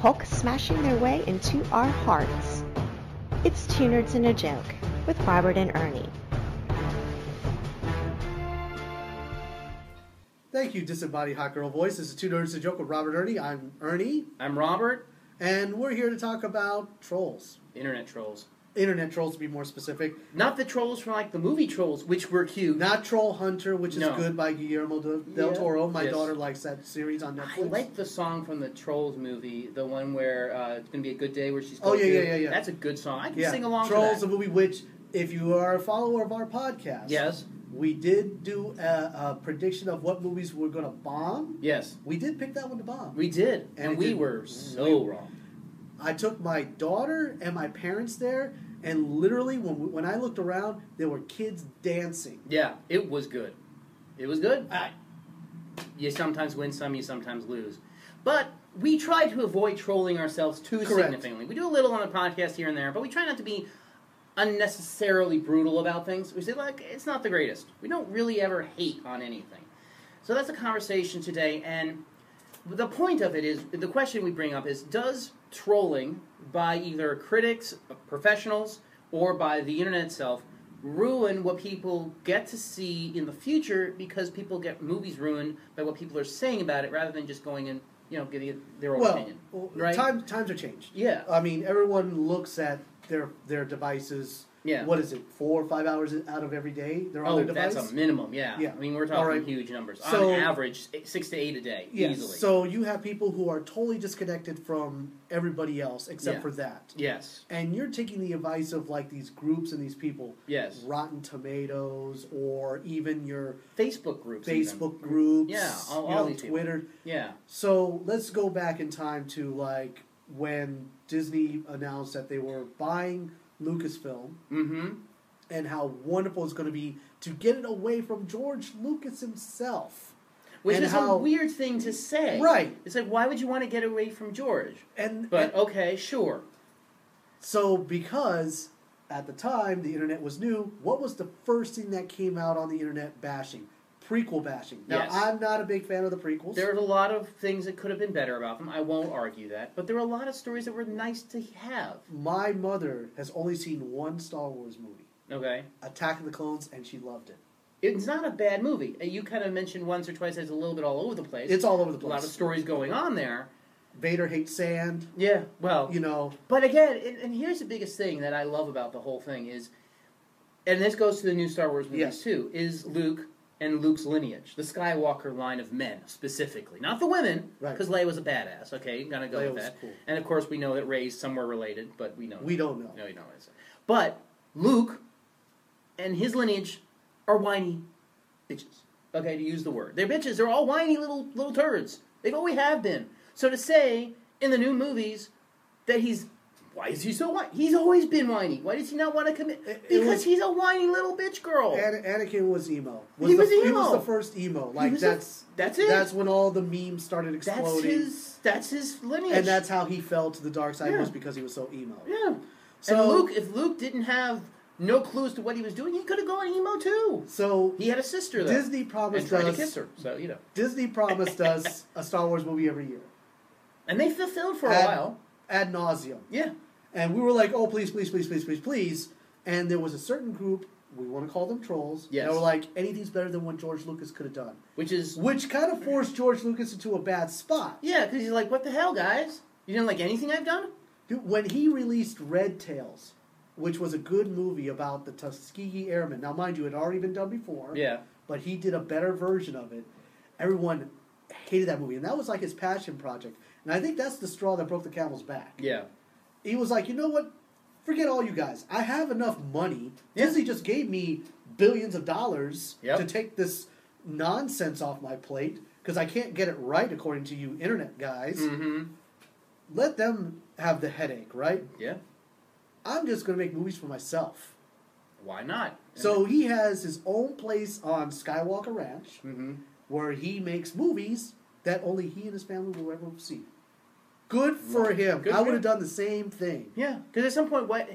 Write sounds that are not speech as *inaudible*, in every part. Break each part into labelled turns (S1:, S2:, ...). S1: Hulk smashing their way into our hearts. It's Two Nerds and a Joke with Robert and Ernie.
S2: Thank you, Disembodied Hot Girl Voice. This is Two Nerds to Joke with Robert Ernie. I'm Ernie,
S3: I'm Robert.
S2: and we're here to talk about trolls.
S3: Internet trolls.
S2: Internet trolls, to be more specific.
S3: Not the trolls from like the movie trolls, which were cute.
S2: Not Troll Hunter, which is
S3: No.
S2: good by Guillermo del, del
S3: Yeah.
S2: Toro. My
S3: Yes.
S2: daughter likes that series on Netflix.
S3: I like the song from the Trolls movie, the one where uh, it's gonna be a good day where she's.
S2: Oh, yeah,
S3: going
S2: yeah,
S3: to-
S2: yeah, yeah.
S3: That's a good song. I can
S2: yeah.
S3: sing along.
S2: Trolls,
S3: to
S2: the movie, which, if you are a follower of our podcast,
S3: that. Yes,
S2: we did do a, a prediction of what movies we're going to bomb.
S3: yes,
S2: We did pick that one to bomb.
S3: we did,
S2: And
S3: and,
S2: it
S3: we
S2: did-
S3: were so wrong.
S2: I took my daughter and my parents there, and literally, when, when I looked around, there were kids dancing.
S3: Yeah, it was good. It was good.
S2: I,
S3: You sometimes win some, you sometimes lose, but we try to avoid trolling ourselves too
S2: Correct.
S3: significantly. We do a little on the podcast here and there, but we try not to be unnecessarily brutal about things. We say like it's not the greatest. We don't really ever hate on anything. So that's a conversation today, and the point of it is the question we bring up is does trolling by either critics, professionals, or by the internet itself ruin what people get to see in the future because people get movies ruined by what people are saying about it rather than just going and you know giving it their own
S2: well,
S3: opinion.
S2: well,
S3: right?
S2: time, times are changed.
S3: Yeah.
S2: I mean, everyone looks at their their devices.
S3: Yeah.
S2: What is it? Four or five hours out of every day they're on
S3: Oh,
S2: their device.
S3: that's a minimum, yeah.
S2: Yeah.
S3: I mean, we're
S2: All
S3: talking
S2: right.
S3: huge numbers.
S2: So-
S3: On average, eight- six to eight a day,
S2: Yes.
S3: easily.
S2: So you have people who are totally disconnected from everybody else except
S3: Yeah.
S2: for that.
S3: yes,
S2: And you're taking the advice of like these groups and these people,
S3: yes.
S2: Rotten Tomatoes, or even your
S3: Facebook groups. even.
S2: Facebook groups,
S3: Yeah, all-
S2: you
S3: all
S2: know,
S3: these people.
S2: Twitter.
S3: Yeah.
S2: So let's go back in time to like when Disney announced that they were buying Lucasfilm
S3: Mm-hmm.
S2: and how wonderful it's going to be to get it away from George Lucas himself.
S3: Which
S2: And
S3: is
S2: how-
S3: a weird thing to say.
S2: Right.
S3: It's like, why would you want to get away from George?
S2: And,
S3: But oh.
S2: and
S3: okay, sure.
S2: so because at the time the internet was new, what was the first thing that came out on the internet bashing? Prequel bashing. Now
S3: Yes.
S2: I'm not a big fan of the prequels.
S3: There are a lot of things that could have been better about them. I won't argue that. But there are a lot of stories that were nice to have.
S2: My mother has only seen one Star Wars movie,
S3: Okay?
S2: Attack of the Clones, and she loved it.
S3: It's not a bad movie. Uh, You kind of mentioned once or twice that it's a little bit all over the place.
S2: It's all over the
S3: a lot of
S2: place.
S3: stories going on there.
S2: Vader hates sand.
S3: Yeah. Well,
S2: you know,
S3: But again, and, and here's the biggest thing that I love about the whole thing is, and this goes to the new Star Wars movies
S2: Yes.
S3: too, is Luke and Luke's lineage, the Skywalker line of men specifically, not the women,
S2: Right.
S3: because Leia was a badass. Okay, gonna go
S2: Leia
S3: with
S2: was
S3: that.
S2: cool.
S3: And of course, we know that Ray's somewhere related, but we know
S2: we don't know.
S3: no, you don't. know what it is. But Luke and his lineage are whiny bitches. Okay, to use the word, they're bitches. They're all whiny little little turds. They've always have been. So to say in the new movies that he's why is he so whiny? He's always been whiny. Why does he not want to commit?
S2: It- it
S3: Because
S2: was-
S3: he's a whiny little bitch girl.
S2: Ana- Anakin was emo.
S3: He
S2: the,
S3: was
S2: He was
S3: emo.
S2: the first emo. Like
S3: was the-
S2: that's
S3: that's it.
S2: That's when all the memes started
S3: that's
S2: exploding,
S3: his. That's his lineage.
S2: and that's how he fell to the dark side
S3: Yeah.
S2: was because he was so emo.
S3: yeah.
S2: So-
S3: and Luke, if Luke didn't have no clues to what he was doing, he could have gone emo too.
S2: So
S3: He had a sister though,
S2: Disney
S3: and
S2: promised
S3: tried to
S2: us
S3: kiss her. So you know.
S2: Disney promised us a Star Wars movie every year,
S3: And they fulfilled for a
S2: Ad-
S3: while.
S2: ad nauseum,
S3: Yeah.
S2: and we were like, oh please, please, please, please, please, please, and there was a certain group. We want to call them trolls.
S3: Yes.
S2: They were like, anything's better than what George Lucas could have done.
S3: Which is.
S2: Which kind of forced George Lucas into a bad spot.
S3: Yeah, because he's like, what the hell, guys? You didn't like anything I've done?
S2: Dude, when he released Red Tails, which was a good movie about the Tuskegee Airmen, now mind you, it had already been done before.
S3: Yeah.
S2: But he did a better version of it. Everyone hated that movie, and that was like his passion project. And I think that's the straw that broke the camel's back.
S3: Yeah.
S2: He was like, you know what? Forget all you guys. I have enough money.
S3: Yeah.
S2: Disney just gave me billions of dollars
S3: Yep.
S2: to take this nonsense off my plate because I can't get it right according to you internet guys.
S3: Mm-hmm.
S2: Let them have the headache, right?
S3: Yeah.
S2: I'm just going to make movies for myself.
S3: Why not?
S2: So he has his own place on Skywalker Ranch
S3: Mm-hmm.
S2: where he makes movies that only he and his family will ever see. Good for him.
S3: Good
S2: I
S3: for
S2: would have
S3: him.
S2: done the same thing.
S3: Yeah. Because at some point, what?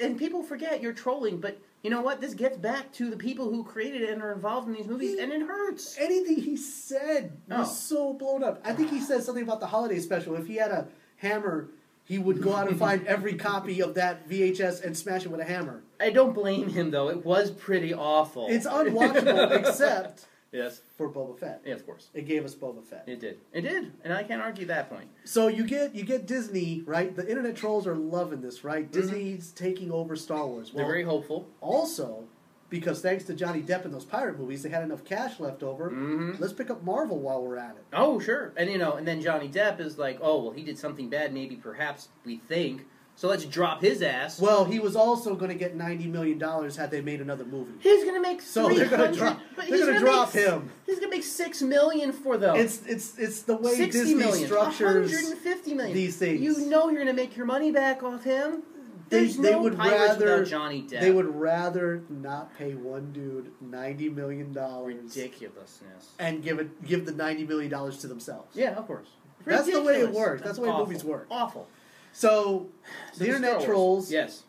S3: And people forget you're trolling, but you know what? This gets back to the people who created it and are involved in these movies, and it hurts.
S2: Anything he said
S3: Oh.
S2: was so blown up. I think he said something about the holiday special. If he had a hammer, he would go out
S3: *laughs*
S2: and find every copy of that VHS and smash it with a hammer.
S3: I don't blame him though. It was pretty awful. *laughs*
S2: It's unwatchable except
S3: yes.
S2: for Boba Fett.
S3: Yeah, of course.
S2: It gave us Boba Fett.
S3: It did. It did. And I can't argue that point.
S2: So you get you get Disney right. The internet trolls are loving this, right? Disney's taking over Star Wars.
S3: Mm-hmm. They're
S2: Well,
S3: very hopeful.
S2: also because thanks to Johnny Depp in those pirate movies, they had enough cash left over.
S3: Mhm.
S2: Let's pick up Marvel while we're at it.
S3: Oh, sure. And you know, and then Johnny Depp is like, "Oh, well, he did something bad maybe perhaps we think. So let's drop his ass."
S2: Well, he was also going to get ninety million dollars had they made another movie.
S3: He's gonna make
S2: So
S3: three
S2: they're gonna
S3: hundred.
S2: drop-
S3: but
S2: they're
S3: he's
S2: gonna
S3: make
S2: drop
S3: s-
S2: him.
S3: He's gonna make six million for them.
S2: It's it's it's the way
S3: 60
S2: Disney
S3: Oh. million,
S2: structures.
S3: 150 million.
S2: these things.
S3: You know you're gonna make your money back off him.
S2: They,
S3: There's
S2: they
S3: no
S2: would
S3: pirates
S2: rather
S3: without Johnny Depp.
S2: they would rather not pay one dude ninety million dollars
S3: ridiculousness.
S2: and give it give the ninety million dollars to themselves.
S3: Yeah, of course.
S2: That's the way it
S3: Ridiculous.
S2: works. That's the way
S3: awful.
S2: movies work.
S3: Awful.
S2: So
S3: So
S2: the
S3: Star
S2: internet
S3: Wars.
S2: trolls.
S3: Yes.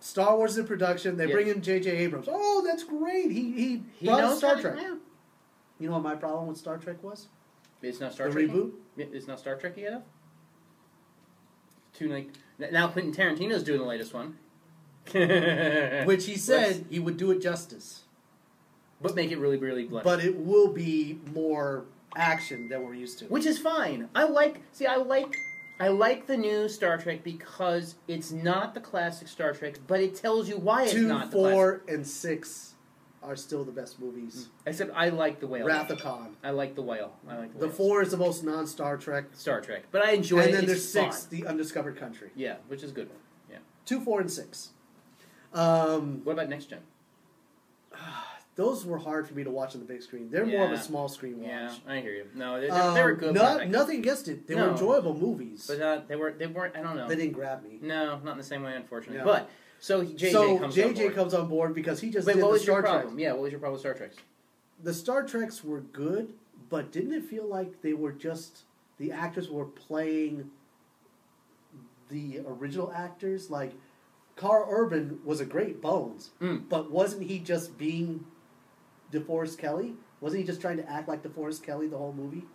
S2: Star Wars is in production. They
S3: Yes.
S2: bring in J.J. Abrams. Oh, that's great. He he,
S3: He
S2: brought us
S3: knows
S2: Star
S3: how to-
S2: Trek.
S3: yeah.
S2: You know what my problem with Star Trek was?
S3: It's not Star
S2: the
S3: Trek.
S2: reboot.
S3: Yeah, It's not Star Trek yet. Too like n- now Quentin Tarantino's doing the latest one. Which,
S2: Which he said he would do it justice,
S3: *laughs* but make it really, really bloody.
S2: but it will be more action than we're used to.
S3: Which is fine. I like see I like I like the new Star Trek because it's not the classic Star Trek, but it tells you why it's
S2: Two,
S3: not the classic. Mm.
S2: four, and six are still the best movies.
S3: Except I like the whale.
S2: Wrath of Khan.
S3: I like the whale. I like the,
S2: The
S3: whale.
S2: four is the most non-Star Trek,
S3: Star Trek. But I enjoy it.
S2: and then
S3: It's
S2: there's six,
S3: fun.
S2: The Undiscovered Country.
S3: Yeah, which is a good one. Yeah.
S2: Two, four, and six. Um,
S3: What about next gen?
S2: those were hard for me to watch on the big screen. They're more of a
S3: Yeah.
S2: small screen watch.
S3: Yeah, I hear you. No, they, they,
S2: Um,
S3: they were good.
S2: not-
S3: but I-
S2: nothing against it. They were
S3: No.
S2: enjoyable movies.
S3: But uh, they were they weren't I don't know.
S2: They didn't grab me.
S3: No, not in the same way unfortunately.
S2: No.
S3: But so he- JJ
S2: so
S3: comes on
S2: JJ
S3: board.
S2: comes on board because he just
S3: Wait,
S2: did
S3: what
S2: the
S3: was
S2: Star
S3: your problem?
S2: Trek.
S3: Yeah, what was your problem with Star Trek?
S2: The Star Treks were good, but didn't it feel like they were just the actors were playing the original actors? Like Carl Urban was a great Bones,
S3: Mm.
S2: but wasn't he just being DeForest Kelly? Wasn't he just trying to act like DeForest Kelly the whole movie?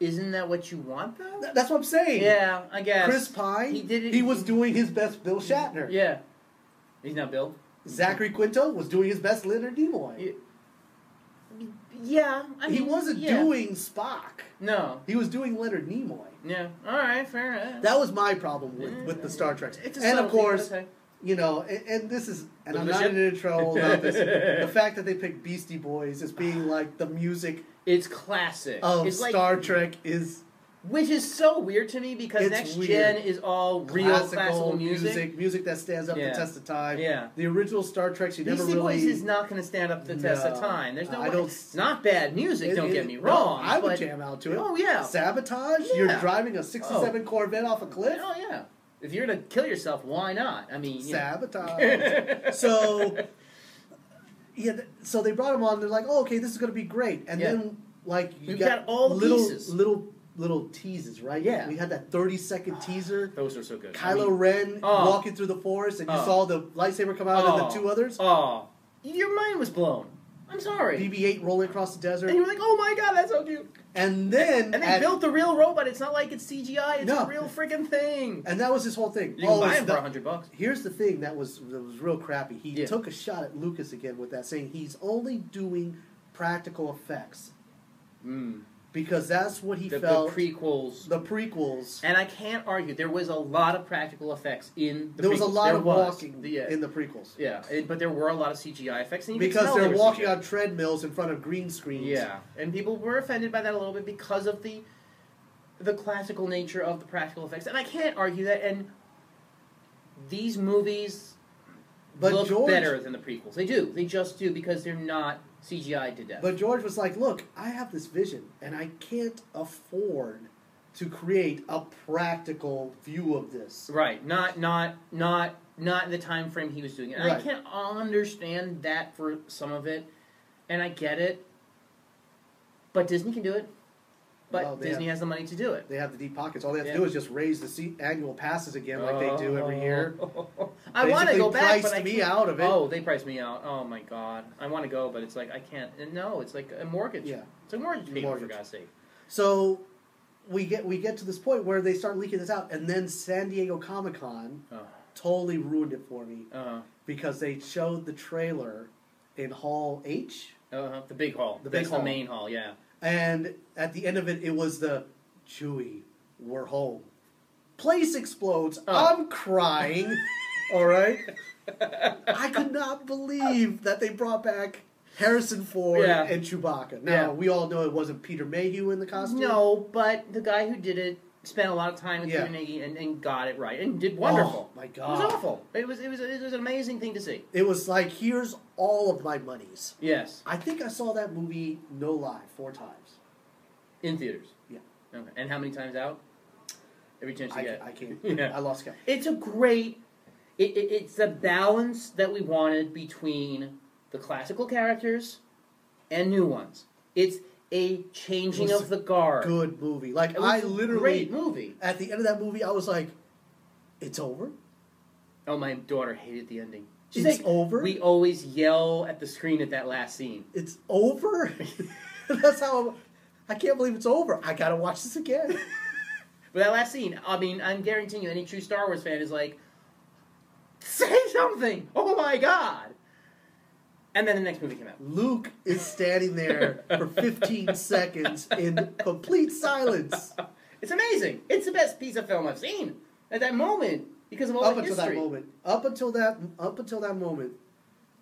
S3: Isn't that what you want though?
S2: Th- that's what I'm saying.
S3: Yeah, I guess.
S2: Chris Pine,
S3: He did it-
S2: he was doing his best Bill Shatner.
S3: Yeah. He's not Bill?
S2: Zachary Quinto was doing his best Leonard Nimoy.
S3: Yeah. Yeah. I
S2: he
S3: mean,
S2: wasn't
S3: yeah.
S2: doing Spock.
S3: No.
S2: He was doing Leonard Nimoy.
S3: Yeah. All right, fair enough.
S2: That was my problem with, with the Star Trek.
S3: Mm. It's a
S2: And of
S3: subtlety,
S2: course,
S3: okay.
S2: you know, and, and this is, and
S3: The
S2: I'm not
S3: bishop?
S2: in a troll about this. the fact that they picked Beastie Boys as being like the music
S3: It's classic.
S2: of
S3: it's like,
S2: Star Trek is
S3: which is so weird to me because
S2: It's
S3: next
S2: weird.
S3: gen is all real
S2: classical,
S3: classical music.
S2: music, that stands up to the
S3: Yeah.
S2: test of time.
S3: Yeah.
S2: The original Star Trek, she never
S3: Beastie
S2: really.
S3: Boys is not going to stand up to the test of
S2: No.
S3: time. There's no
S2: I
S3: way.
S2: don't-
S3: it's not bad music.
S2: It-
S3: don't
S2: it-
S3: get me
S2: no,
S3: wrong.
S2: I would
S3: but-
S2: jam out to it.
S3: Oh yeah.
S2: Sabotage? You're
S3: Yeah.
S2: driving a 67 Corvette off a cliff?
S3: Oh yeah. If you're going to kill yourself, why not? I mean, you know.
S2: Sabotage.
S3: *laughs*
S2: so, yeah, th- so they brought him on. They're like, oh, okay, this is going to be great. And
S3: Yeah.
S2: then, like, you
S3: We've got all the
S2: little,
S3: pieces.
S2: little, little teases, right?
S3: Yeah.
S2: We had that 30 second teaser.
S3: those are so good. I
S2: Kylo
S3: mean,
S2: Ren
S3: Oh.
S2: walking through the forest, and you
S3: Oh.
S2: saw the lightsaber come out, and the two others.
S3: Oh, your mind was blown. I'm sorry.
S2: BB-8 rolling across the
S3: and you
S2: desert,
S3: were like, oh my god, that's so cute.
S2: and then
S3: And they
S2: at-
S3: built the real robot. It's not like it's CGI. It's
S2: No.
S3: a real freaking thing.
S2: and that was his whole thing.
S3: You can
S2: Oh,
S3: buy
S2: it's
S3: him for
S2: the-
S3: a hundred bucks.
S2: Here's the thing that was that was real crappy. He
S3: Yeah.
S2: took a shot at Lucas again with that, saying he's only doing practical effects
S3: Mm.
S2: because that's what he
S3: The, the
S2: felt.
S3: prequels.
S2: the prequels.
S3: and I can't argue. There was a lot of practical effects in the
S2: there was a
S3: prequels.
S2: lot
S3: There
S2: of
S3: was.
S2: walking
S3: Yeah.
S2: in the prequels
S3: yeah, it- but there were a lot of CGI effects. And you could
S2: because
S3: tell
S2: they're
S3: they were
S2: walking
S3: CGI.
S2: on treadmills in front of green screens.
S3: Yeah, and people were offended by that a little bit because of the the classical nature of the practical effects, and I can't argue that. And these movies
S2: But
S3: look
S2: George-
S3: better than the prequels. They do. They just do because they're not CGI to death.
S2: But George was like, "Look, I have this vision, and I can't afford to create a practical view of this."
S3: right, not not not not in the time frame he was doing it. And
S2: Right.
S3: I can understand that for some of it, and I get it. But Disney can do it. But
S2: Well, they
S3: Disney
S2: have-
S3: has the money to do it.
S2: They have the deep pockets. All they have
S3: Yeah.
S2: to do is just raise the seat annual passes again, like they do every year.
S3: Oh. *laughs* I want to
S2: Basically
S3: go back, but
S2: priced
S3: I
S2: me
S3: can't-
S2: out of it.
S3: Oh, they priced me out. Oh my god, I want to go, but it's like I can't. and No, it's like a mortgage.
S2: Yeah.
S3: it's a mortgage payment
S2: Mortgage.
S3: for God's sake.
S2: So we get we get to this point where they start leaking this out, and then San Diego Comic Con
S3: Oh.
S2: totally ruined it for me
S3: Uh,
S2: because they showed the trailer in Hall H,
S3: uh, the big hall.
S2: The big
S3: That's
S2: hall.
S3: the main hall, yeah.
S2: and at the end of it, it was the Chewy, we're home. Place explodes.
S3: Oh.
S2: I'm
S3: *laughs*
S2: crying. All right. I could not believe that they brought back Harrison Ford
S3: Yeah.
S2: and Chewbacca. Now
S3: Yeah.
S2: we all know it wasn't Peter Mayhew in the costume.
S3: No, but the guy who did it spent a lot of time with
S2: Yeah.
S3: yeah. and, and got it right and did wonderful.
S2: Oh, my
S3: It was
S2: God.
S3: awful. It was, it was it was an amazing thing to see.
S2: It was like, here's all of my monies.
S3: Yes,
S2: I think I saw that movie, no lie, four times.
S3: in theaters.
S2: Yeah.
S3: Okay. And how many times out? Every chance you
S2: I,
S3: get.
S2: I can't.
S3: *laughs* Yeah.
S2: I lost count.
S3: It's a great. It, it, it's a balance that we wanted between the classical characters and new ones. It's a changing
S2: It was
S3: of the guard.
S2: Good movie. Like
S3: It was
S2: I
S3: a
S2: literally,
S3: great movie.
S2: at the end of that movie, I was like, it's over.
S3: Oh, my daughter hated the ending. She's
S2: It's
S3: like,
S2: over?
S3: We always yell at the screen at that last scene.
S2: It's over. *laughs* That's how. I'm, I can't believe it's over. I gotta watch this
S3: *laughs*
S2: again.
S3: But that last scene, I mean, I'm guaranteeing you, any true Star Wars fan is like, say something! Oh my god! And then the next movie came out.
S2: Luke is standing there for
S3: *laughs*
S2: 15 seconds in complete silence.
S3: It's amazing. It's the best piece of film I've seen at that moment because of all
S2: up
S3: the
S2: until that
S3: history.
S2: moment. Up until that. Up until that moment,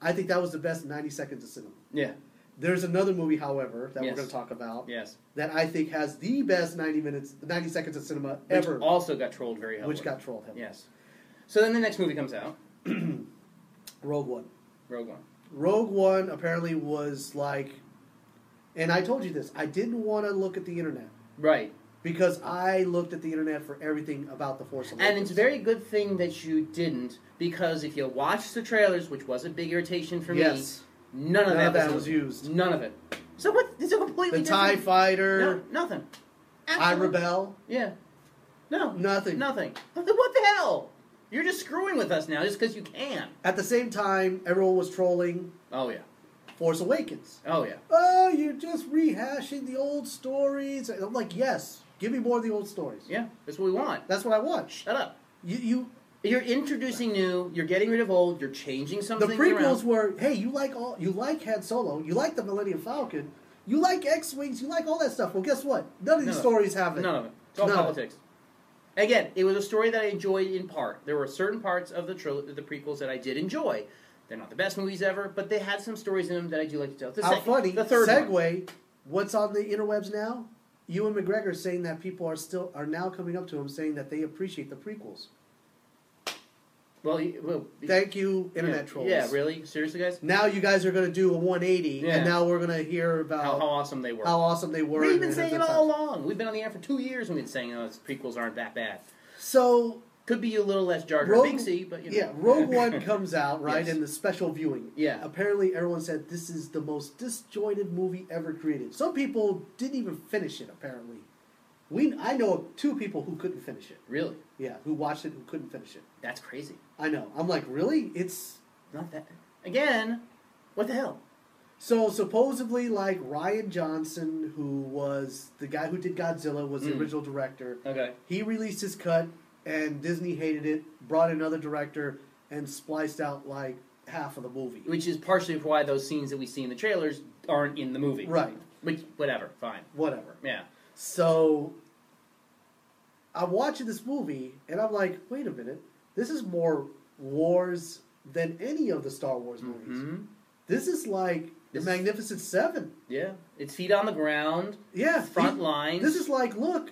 S2: I think that was the best 90 seconds of cinema.
S3: Yeah.
S2: There's another movie, however, that we're
S3: Yes.
S2: going to talk about
S3: Yes.
S2: that I think has the best 90 minutes, 90 seconds of cinema ever,
S3: Which also got trolled very heavily.
S2: which got trolled heavily.
S3: Yes. So then the next movie comes out,
S2: *clears throat* Rogue One.
S3: Rogue One.
S2: Rogue One apparently was like, and I told you this. I didn't want to look at the internet
S3: Right.
S2: because I looked at the internet for everything about the Force Awakens.
S3: And it's a very good thing that you didn't, because if you watch the trailers, which was a big irritation for
S2: yes,
S3: me, none
S2: None
S3: of that,
S2: of that was
S3: used.
S2: used.
S3: None of it. So what? It's a completely
S2: The Tie
S3: different.
S2: Fighter,
S3: No, nothing.
S2: I
S3: Absolutely-
S2: Rebel,
S3: Yeah. No.
S2: nothing.
S3: Nothing. What the- what the hell? You're just screwing with us now just because you can.
S2: At the same time, everyone was trolling
S3: Oh yeah.
S2: Force Awakens.
S3: Oh yeah.
S2: Oh, you're just rehashing the old stories. And I'm like, yes, give me more of the old stories.
S3: Yeah. That's what we want.
S2: That's what I want.
S3: Shut up.
S2: You, you
S3: You're introducing new. You're getting rid of old. You're changing some
S2: the
S3: things
S2: prequels
S3: around.
S2: were, hey, you like all, you like Han Solo, you like the Millennium Falcon, you like X wings, you like all that stuff. Well, guess what? None of these
S3: No.
S2: stories have it.
S3: None of it. It's all
S2: None of it.
S3: politics. Again, it was a story that I enjoyed in part. There were certain parts of the tril- the prequels that I did enjoy. They're not the best movies ever, but they had some stories in them that I do like to tell. The
S2: How
S3: sec-
S2: funny.
S3: The third
S2: segue.
S3: one.
S2: What's on the interwebs now? Ewan McGregor saying that people are still are now coming up to him saying that they appreciate the prequels.
S3: Well, you- well
S2: Thank you,
S3: yeah,
S2: internet trolls.
S3: Yeah, really? Seriously, guys?
S2: Now you guys are going to do a 180,
S3: Yeah.
S2: and now we're going to hear about
S3: How, how awesome they were.
S2: how awesome they were.
S3: We've been
S2: and
S3: saying it
S2: that
S3: all
S2: stuff.
S3: along. We've been on the air for two years and we've been saying, oh, these prequels aren't that bad.
S2: So
S3: Could be a little less Jar Jar
S2: Rogue-
S3: Binksy, but you know.
S2: yeah, Rogue
S3: *laughs*
S2: One comes out right
S3: Yes.
S2: in the special viewing.
S3: Yeah.
S2: apparently everyone said this is the most disjointed movie ever created. Some people didn't even finish it. Apparently, we I know two people who couldn't finish it.
S3: really?
S2: Yeah, who watched it who couldn't finish it.
S3: That's crazy.
S2: I know. I'm like, really? It's
S3: Not that. Again, what the hell?
S2: so supposedly like Ryan Johnson, who was the guy who did Godzilla, was the
S3: Mm.
S2: original director.
S3: Okay.
S2: He released his cut, and Disney hated it. Brought another director and spliced out like half of the movie.
S3: Which is partially why those scenes that we see in the trailers aren't in the movie.
S2: Right.
S3: Which, whatever, fine.
S2: Whatever.
S3: Yeah.
S2: So I'm watching this movie, and I'm like, wait a minute, this is more wars than any of the Star Wars movies.
S3: Mhm.
S2: This is like
S3: This-
S2: the Magnificent Seven.
S3: Yeah. It's feet on the ground,
S2: Yeah,
S3: front
S2: the-
S3: lines.
S2: This is like, look,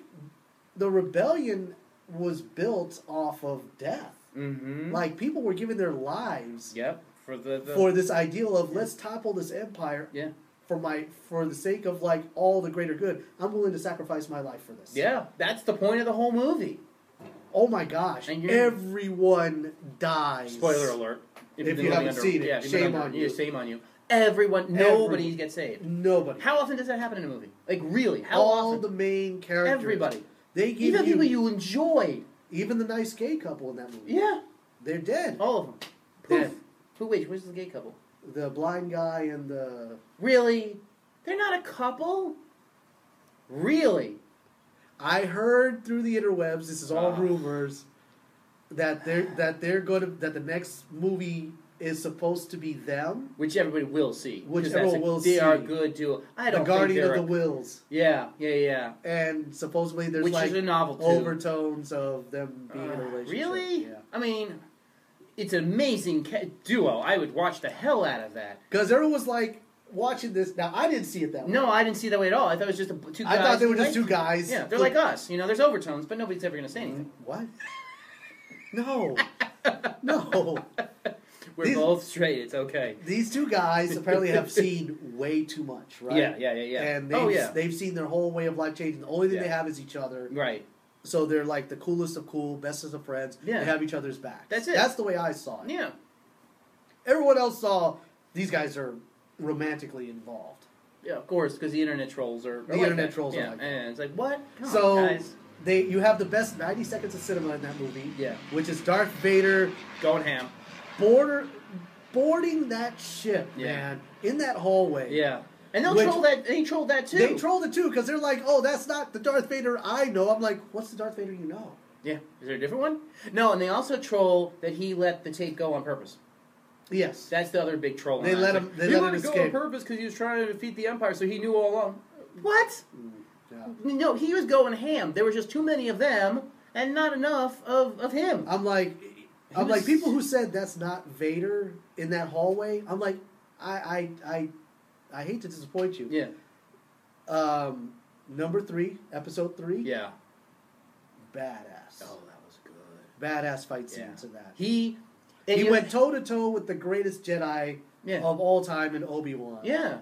S2: the rebellion was built off of death.
S3: Mm-hmm.
S2: Like people were giving their lives
S3: Yep. For the. the
S2: for this ideal of let's topple this empire
S3: yeah.
S2: for my for the sake of like all the greater good. I'm willing to sacrifice my life for this.
S3: Yeah. That's the point of the whole movie.
S2: Oh my gosh!
S3: And you're-
S2: Everyone dies.
S3: Spoiler alert.
S2: If
S3: you've been
S2: you
S3: living
S2: haven't seen it,
S3: yeah, if you've been
S2: shame
S3: under-
S2: on
S3: yeah,
S2: you.
S3: shame on you. Everyone, nobody
S2: Everyone.
S3: gets saved.
S2: Nobody.
S3: How often does that happen in a movie? Like really? How
S2: all
S3: often?
S2: the main characters.
S3: Everybody.
S2: They give
S3: Even
S2: you,
S3: people you enjoy.
S2: even the nice gay couple in that movie.
S3: Yeah. Oh.
S2: They're dead.
S3: All of them. Poof.
S2: Dead.
S3: Who? Wait, where's the gay couple?
S2: The blind guy and the
S3: Really? They're not a couple? Really?
S2: I heard through the interwebs, this is all
S3: Ah.
S2: rumors, that they're that they're going to that the next movie is supposed to be them,
S3: which everybody will see. 'cause
S2: Which
S3: that's
S2: everyone
S3: a-
S2: will
S3: They are
S2: see.
S3: good duo. I
S2: the
S3: don't
S2: Guardian of
S3: think they're
S2: the
S3: a-
S2: Wills,
S3: Yeah, yeah, yeah.
S2: and supposedly there's
S3: Which
S2: like
S3: is a novel too.
S2: overtones of them being in a
S3: Uh,
S2: relationship.
S3: really?
S2: Yeah.
S3: I mean, it's an amazing ca- duo. I would watch the hell out of that.
S2: Because everyone was like watching this. Now I didn't see it that way.
S3: No, I didn't see it that way at all. I thought it was just a, two
S2: I
S3: guys.
S2: thought they were
S3: who
S2: just
S3: like-
S2: two guys.
S3: Yeah, they're like us. You know, there's overtones, but nobody's ever going to say anything. *laughs*
S2: What? No. no. *laughs*
S3: We're
S2: These-
S3: both straight. It's okay.
S2: These two guys apparently have seen way too much, right?
S3: Yeah, yeah, yeah, yeah.
S2: And they've,
S3: oh yeah,
S2: they've seen their whole way of life changing. The only thing they
S3: Yeah.
S2: have is each other.
S3: right.
S2: So they're like the coolest of cool, bestest of friends.
S3: Yeah.
S2: They have each other's back.
S3: That's it.
S2: That's the way I saw it.
S3: Yeah,
S2: Everyone else saw these guys are romantically involved.
S3: yeah. Of course, because the internet trolls are. are
S2: The
S3: like
S2: internet
S3: that.
S2: trolls are
S3: Yeah,
S2: like that.
S3: and it's like what? Come
S2: so
S3: on, guys.
S2: they you have the best 90 seconds of cinema in that movie.
S3: Yeah.
S2: Which is Darth Vader
S3: going ham.
S2: border boarding that ship,
S3: Yeah.
S2: man, in that hallway.
S3: Yeah, and they'll
S2: Which-
S3: troll that. They trolled that too.
S2: They trolled it too because they're like, "Oh, that's not the Darth Vader I know." I'm like, "What's the Darth Vader you know?"
S3: Yeah. Is there a different one? No, and they also troll that he let the tape go on purpose.
S2: Yes,
S3: That's the other big troll.
S2: They
S3: line.
S2: let
S3: It's
S2: him-
S3: like,
S2: they
S3: he
S2: let
S3: let
S2: him
S3: it go on
S2: escape."
S3: purpose because he was trying to defeat the Empire, so he knew all along. What?
S2: Mm, yeah.
S3: No, he was going ham. There were just too many of them and not enough of, of him.
S2: I'm like, I'm
S3: was-
S2: like people who said that's not Vader in that hallway. I'm like, I, I, I, I hate to disappoint you.
S3: Yeah.
S2: Um, number three, episode three.
S3: Yeah.
S2: Badass,
S3: Oh, that was good.
S2: badass fight
S3: Yeah.
S2: scenes in that.
S3: He. and
S2: He,
S3: you-
S2: went toe to toe with the greatest Jedi
S3: Yeah.
S2: of all time in Obi Wan.
S3: yeah.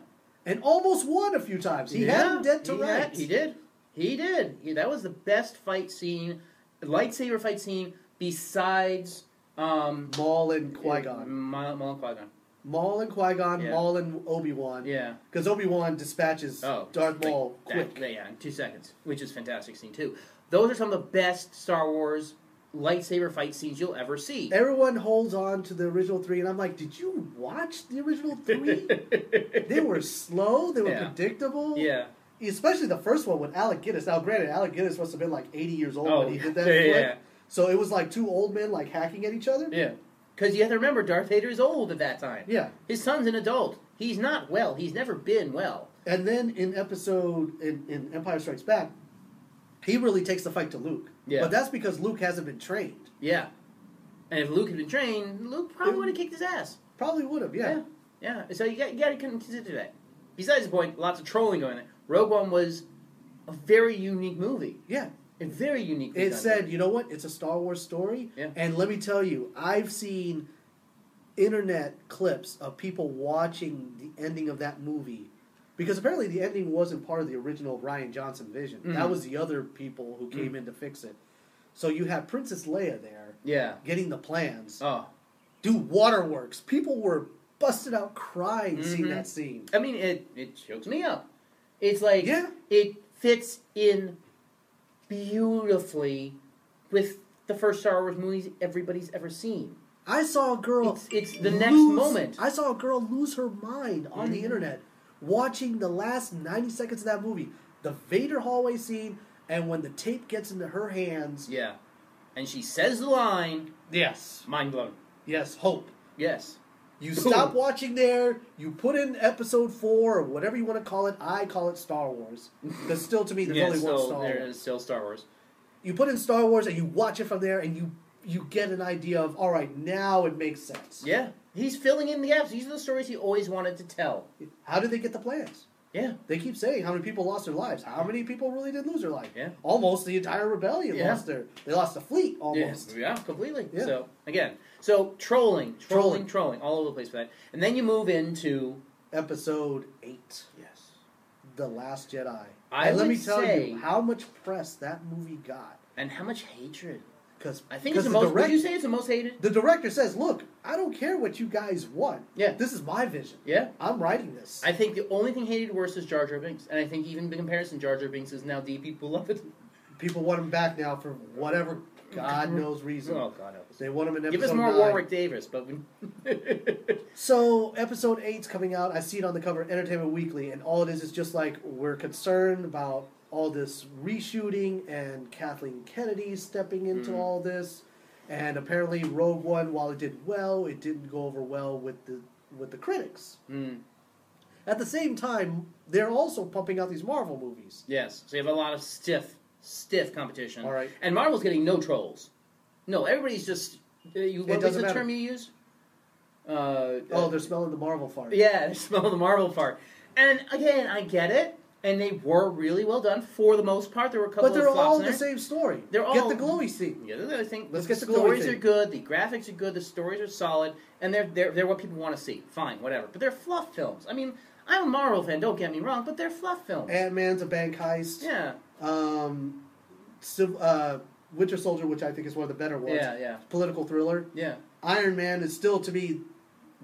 S2: and almost won a few times. He
S3: yeah.
S2: had him dead to
S3: he had-
S2: rights.
S3: he did. He did. He- that was the best fight scene, lightsaber fight scene, besides. Um,
S2: Maul and Qui Gon.
S3: Maul, Maul and Qui-Gon.
S2: Maul and Qui Gon,
S3: Yeah.
S2: Maul and Obi Wan.
S3: Yeah.
S2: Because Obi Wan dispatches
S3: Oh,
S2: Darth
S3: like
S2: Maul
S3: that-
S2: quick.
S3: that- yeah, in two seconds, which is fantastic scene too. Those are some of the best Star Wars lightsaber fight scenes you'll ever see.
S2: Everyone holds on to the original three, and I'm like, did you watch the original three?
S3: *laughs*
S2: they were slow, they were
S3: Yeah.
S2: predictable.
S3: yeah.
S2: Especially the first one with Alec Guinness. Now, granted, Alec Guinness must have been like 80 years old
S3: Oh,
S2: when he did that.
S3: yeah,
S2: flick.
S3: yeah,
S2: So it was like two old men like hacking at each other.
S3: yeah. Because you have to remember, Darth Vader is old at that time.
S2: Yeah.
S3: His son's an adult. He's not well. He's never been well.
S2: And then in episode in, in Empire Strikes Back, he really takes the fight to Luke.
S3: Yeah.
S2: But that's because Luke hasn't been trained.
S3: Yeah. And if Luke had been trained, Luke probably
S2: Yeah.
S3: would have kicked his ass.
S2: Probably would have, yeah.
S3: Yeah. Yeah. So you got, you got to consider that. Besides the point, lots of trolling going on. Rogue One was a very unique movie.
S2: Yeah.
S3: A very unique.
S2: It said, you know what? It's a Star Wars story.
S3: Yeah.
S2: And let me tell you, I've seen internet clips of people watching the ending of that movie because apparently the ending wasn't part of the original Ryan Johnson vision. That
S3: Mhm.
S2: was the other people who
S3: Mm-hmm.
S2: came in to fix it. So you have Princess Leia there
S3: Yeah.
S2: getting the plans.
S3: Oh,
S2: Dude, waterworks. People were busted out crying seeing
S3: Mhm.
S2: that scene.
S3: I mean, it it chokes me up. It's like
S2: Yeah.
S3: it fits in beautifully with the first Star Wars movies everybody's ever seen.
S2: I saw a girl.
S3: It's it's the next
S2: lose-
S3: moment.
S2: I saw a girl lose her mind on the
S3: Mhm.
S2: internet watching the last 90 seconds of that movie, the Vader hallway scene, and when the tape gets into her hands.
S3: yeah, and she says the line,
S2: Yes.
S3: mind blown.
S2: Yes, hope.
S3: Yes.
S2: You
S3: Boom.
S2: stop watching there, you put in episode four or whatever you want to call it. I call it Star Wars. Because still to me, there's
S3: yeah,
S2: only one
S3: still,
S2: Star
S3: there
S2: Wars.
S3: is still Star Wars.
S2: you put in Star Wars and you watch it from there and you you get an idea of all right now it makes sense.
S3: Yeah, he's filling in the gaps. These are the stories he always wanted to tell.
S2: How did they get the plans?
S3: Yeah.
S2: They keep saying how many people lost their lives. How many people really did lose their life?
S3: Yeah.
S2: Almost the entire rebellion
S3: Yeah.
S2: lost their they lost the fleet almost.
S3: Yeah, yeah completely.
S2: Yeah.
S3: So again, so trolling,
S2: Trolling.
S3: trolling, trolling, all over the place for that, and then you move into
S2: Episode eight,
S3: yes.
S2: The Last Jedi.
S3: I
S2: and let
S3: would
S2: me tell
S3: say-
S2: you how much press that movie got.
S3: And how much hatred?
S2: Because
S3: I think it's the,
S2: the,
S3: most.
S2: direct-
S3: Would you say it's the most hated?
S2: the director says, "Look, I don't care what you guys want.
S3: Yeah.
S2: this is my vision.
S3: Yeah.
S2: I'm writing this.
S3: I think the only thing hated worse is Jar Jar Binks, and I think even in comparison, Jar Jar Binks is now deeply beloved.
S2: People want him back now for whatever God knows reason.
S3: *laughs* Oh God, help us.
S2: They want him in episode
S3: *laughs* Give us more
S2: nine.
S3: Warwick Davis, but we... *laughs*
S2: So episode eight's coming out. I see it on the cover of Entertainment Weekly, and all it is is just like we're concerned about all this reshooting and Kathleen Kennedy stepping into
S3: Mhm.
S2: all this, and apparently Rogue One, while it did well, it didn't go over well with the with the critics.
S3: Mm.
S2: At the same time, they're also pumping out these Marvel movies.
S3: Yes. So you have a lot of stiff, stiff competition.
S2: All right.
S3: And Marvel's getting no trolls. No, everybody's just. uh, You, what was
S2: doesn't
S3: the
S2: matter.
S3: term you use? Uh,
S2: Oh, they're smelling the Marvel fart.
S3: Yeah, *laughs* they smell the Marvel part. And again, I get it. And they were really well done for the most part. There were a couple
S2: but they're
S3: of flops
S2: all
S3: in
S2: the
S3: there.
S2: same story.
S3: They're
S2: get
S3: all-
S2: the glowy scene.
S3: Yeah, the other thing,
S2: Let's
S3: the
S2: get the glory
S3: stories
S2: thing.
S3: are good, the graphics are good, the stories are solid, and they're they're, they're what people want to see. Fine, whatever. But they're fluff films. I mean, I'm a Marvel fan. Don't get me wrong, but they're fluff films.
S2: Ant Man's a bank heist.
S3: yeah,
S2: Um, Civ- uh, Winter Soldier, which I think is one of the better ones.
S3: yeah, yeah,
S2: Political thriller.
S3: yeah.
S2: Iron Man is still to be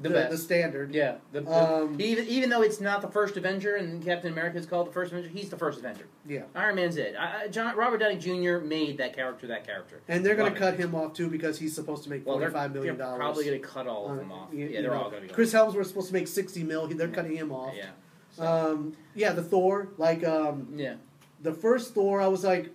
S3: The best.
S2: standard.
S3: Yeah, the, the-
S2: Um,
S3: even even though it's not the first Avenger, and Captain America is called the first Avenger, he's the first Avenger.
S2: Yeah.
S3: Iron Man's it. I, I- John Robert Downey Jr. made that character that character.
S2: And they're going
S3: Love
S2: to
S3: it.
S2: cut him off too because he's supposed to make
S3: Well, they're,
S2: forty-five million
S3: they're
S2: dollars.
S3: probably going to cut all of them off. Yeah, they're all going to be.
S2: Chris Helmsworth's supposed to make sixty mil. They're cutting him off.
S3: Yeah,
S2: Um, yeah, the Thor, like um,
S3: yeah.
S2: the first Thor, I was like,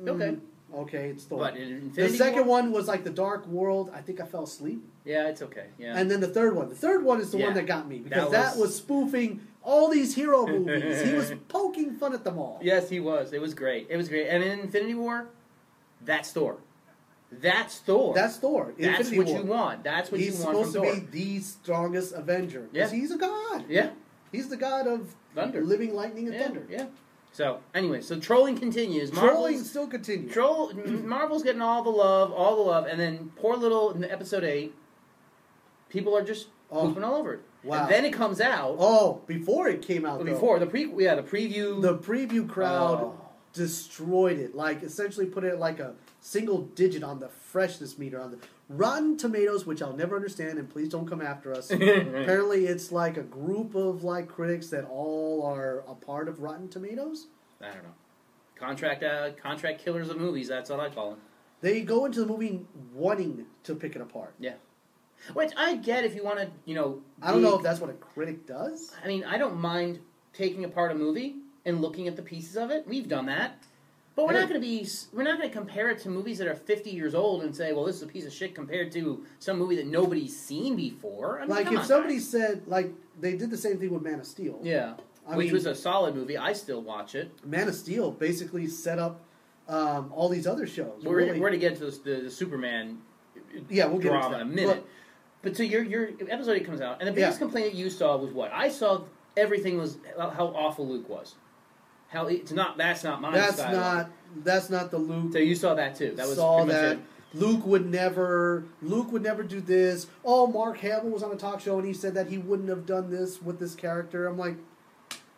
S2: mm,
S3: Okay.
S2: okay, it's Thor.
S3: But in Infinity
S2: the second
S3: War-
S2: one was like the Dark World. I think I fell asleep.
S3: yeah, it's okay. Yeah,
S2: And then the third one. The third one is the one
S3: Yeah.
S2: that got me because
S3: That
S2: that was,
S3: was-
S2: spoofing all these
S3: *laughs*
S2: hero movies. he was poking fun at them all.
S3: Yes, he was. It was great. It was great. And in Infinity War, that's Thor. That's Thor.
S2: That's Thor.
S3: That's
S2: Infinity
S3: what
S2: War.
S3: you want. That's what
S2: He's
S3: you want from
S2: supposed to
S3: Thor.
S2: be the strongest Avenger. 'cause
S3: Yeah.
S2: He's a god.
S3: Yeah,
S2: He's the god of
S3: Thunder.
S2: living lightning and
S3: yeah,
S2: thunder.
S3: yeah. So anyway, so trolling continues.
S2: Trolling
S3: Marvel's,
S2: still continues.
S3: troll. Marvel's getting all the love, all the love, and then poor little in episode eight. People are just
S2: Oh.
S3: pooping all over it.
S2: Wow.
S3: And then it comes out
S2: oh, before it came out, though,
S3: before the pre. Yeah, the preview. *laughs*
S2: the preview crowd
S3: Oh.
S2: destroyed it. Like essentially put it like a single digit on the freshness meter on the Rotten Tomatoes, which I'll never understand. And please don't come after us. Apparently, it's like a group of like critics that all are a part of Rotten Tomatoes.
S3: I don't know. Contract uh, contract killers of movies. That's what I call them.
S2: They go into the movie wanting to pick it apart.
S3: Yeah. Which I get if you want to, you know.
S2: I don't know
S3: dig-
S2: if that's what a critic does.
S3: I mean, I don't mind taking apart a movie and looking at the pieces of it. We've done that. But we're
S2: Yeah.
S3: not going to be. s- We're not going to compare it to movies that are 50 years old and say, well, this is a piece of shit compared to some movie that nobody's seen before. I mean,
S2: Like
S3: come
S2: if
S3: on,
S2: somebody
S3: guys.
S2: said like they did the same thing with Man of Steel.
S3: Yeah.
S2: I
S3: Which
S2: mean-
S3: was a solid movie. I still watch it.
S2: Man of Steel basically set up um, all these other shows.
S3: We're,
S2: really.
S3: we're to get to this, the, the Superman
S2: yeah, we'll get into
S3: drama
S2: that.
S3: in a minute. But, so your your episode eight comes out, and the biggest
S2: Yeah.
S3: complaint that you saw was what I saw. Everything was how awful Luke was. How it's not that's not my
S2: But that's
S3: style.
S2: not that's not the Luke.
S3: So you saw that too. That was
S2: saw
S3: pretty much
S2: that.
S3: it.
S2: Luke would never. Luke would never do this. Oh, Mark Hamill was on a talk show and he said that he wouldn't have done this with this character. I'm like, *sighs*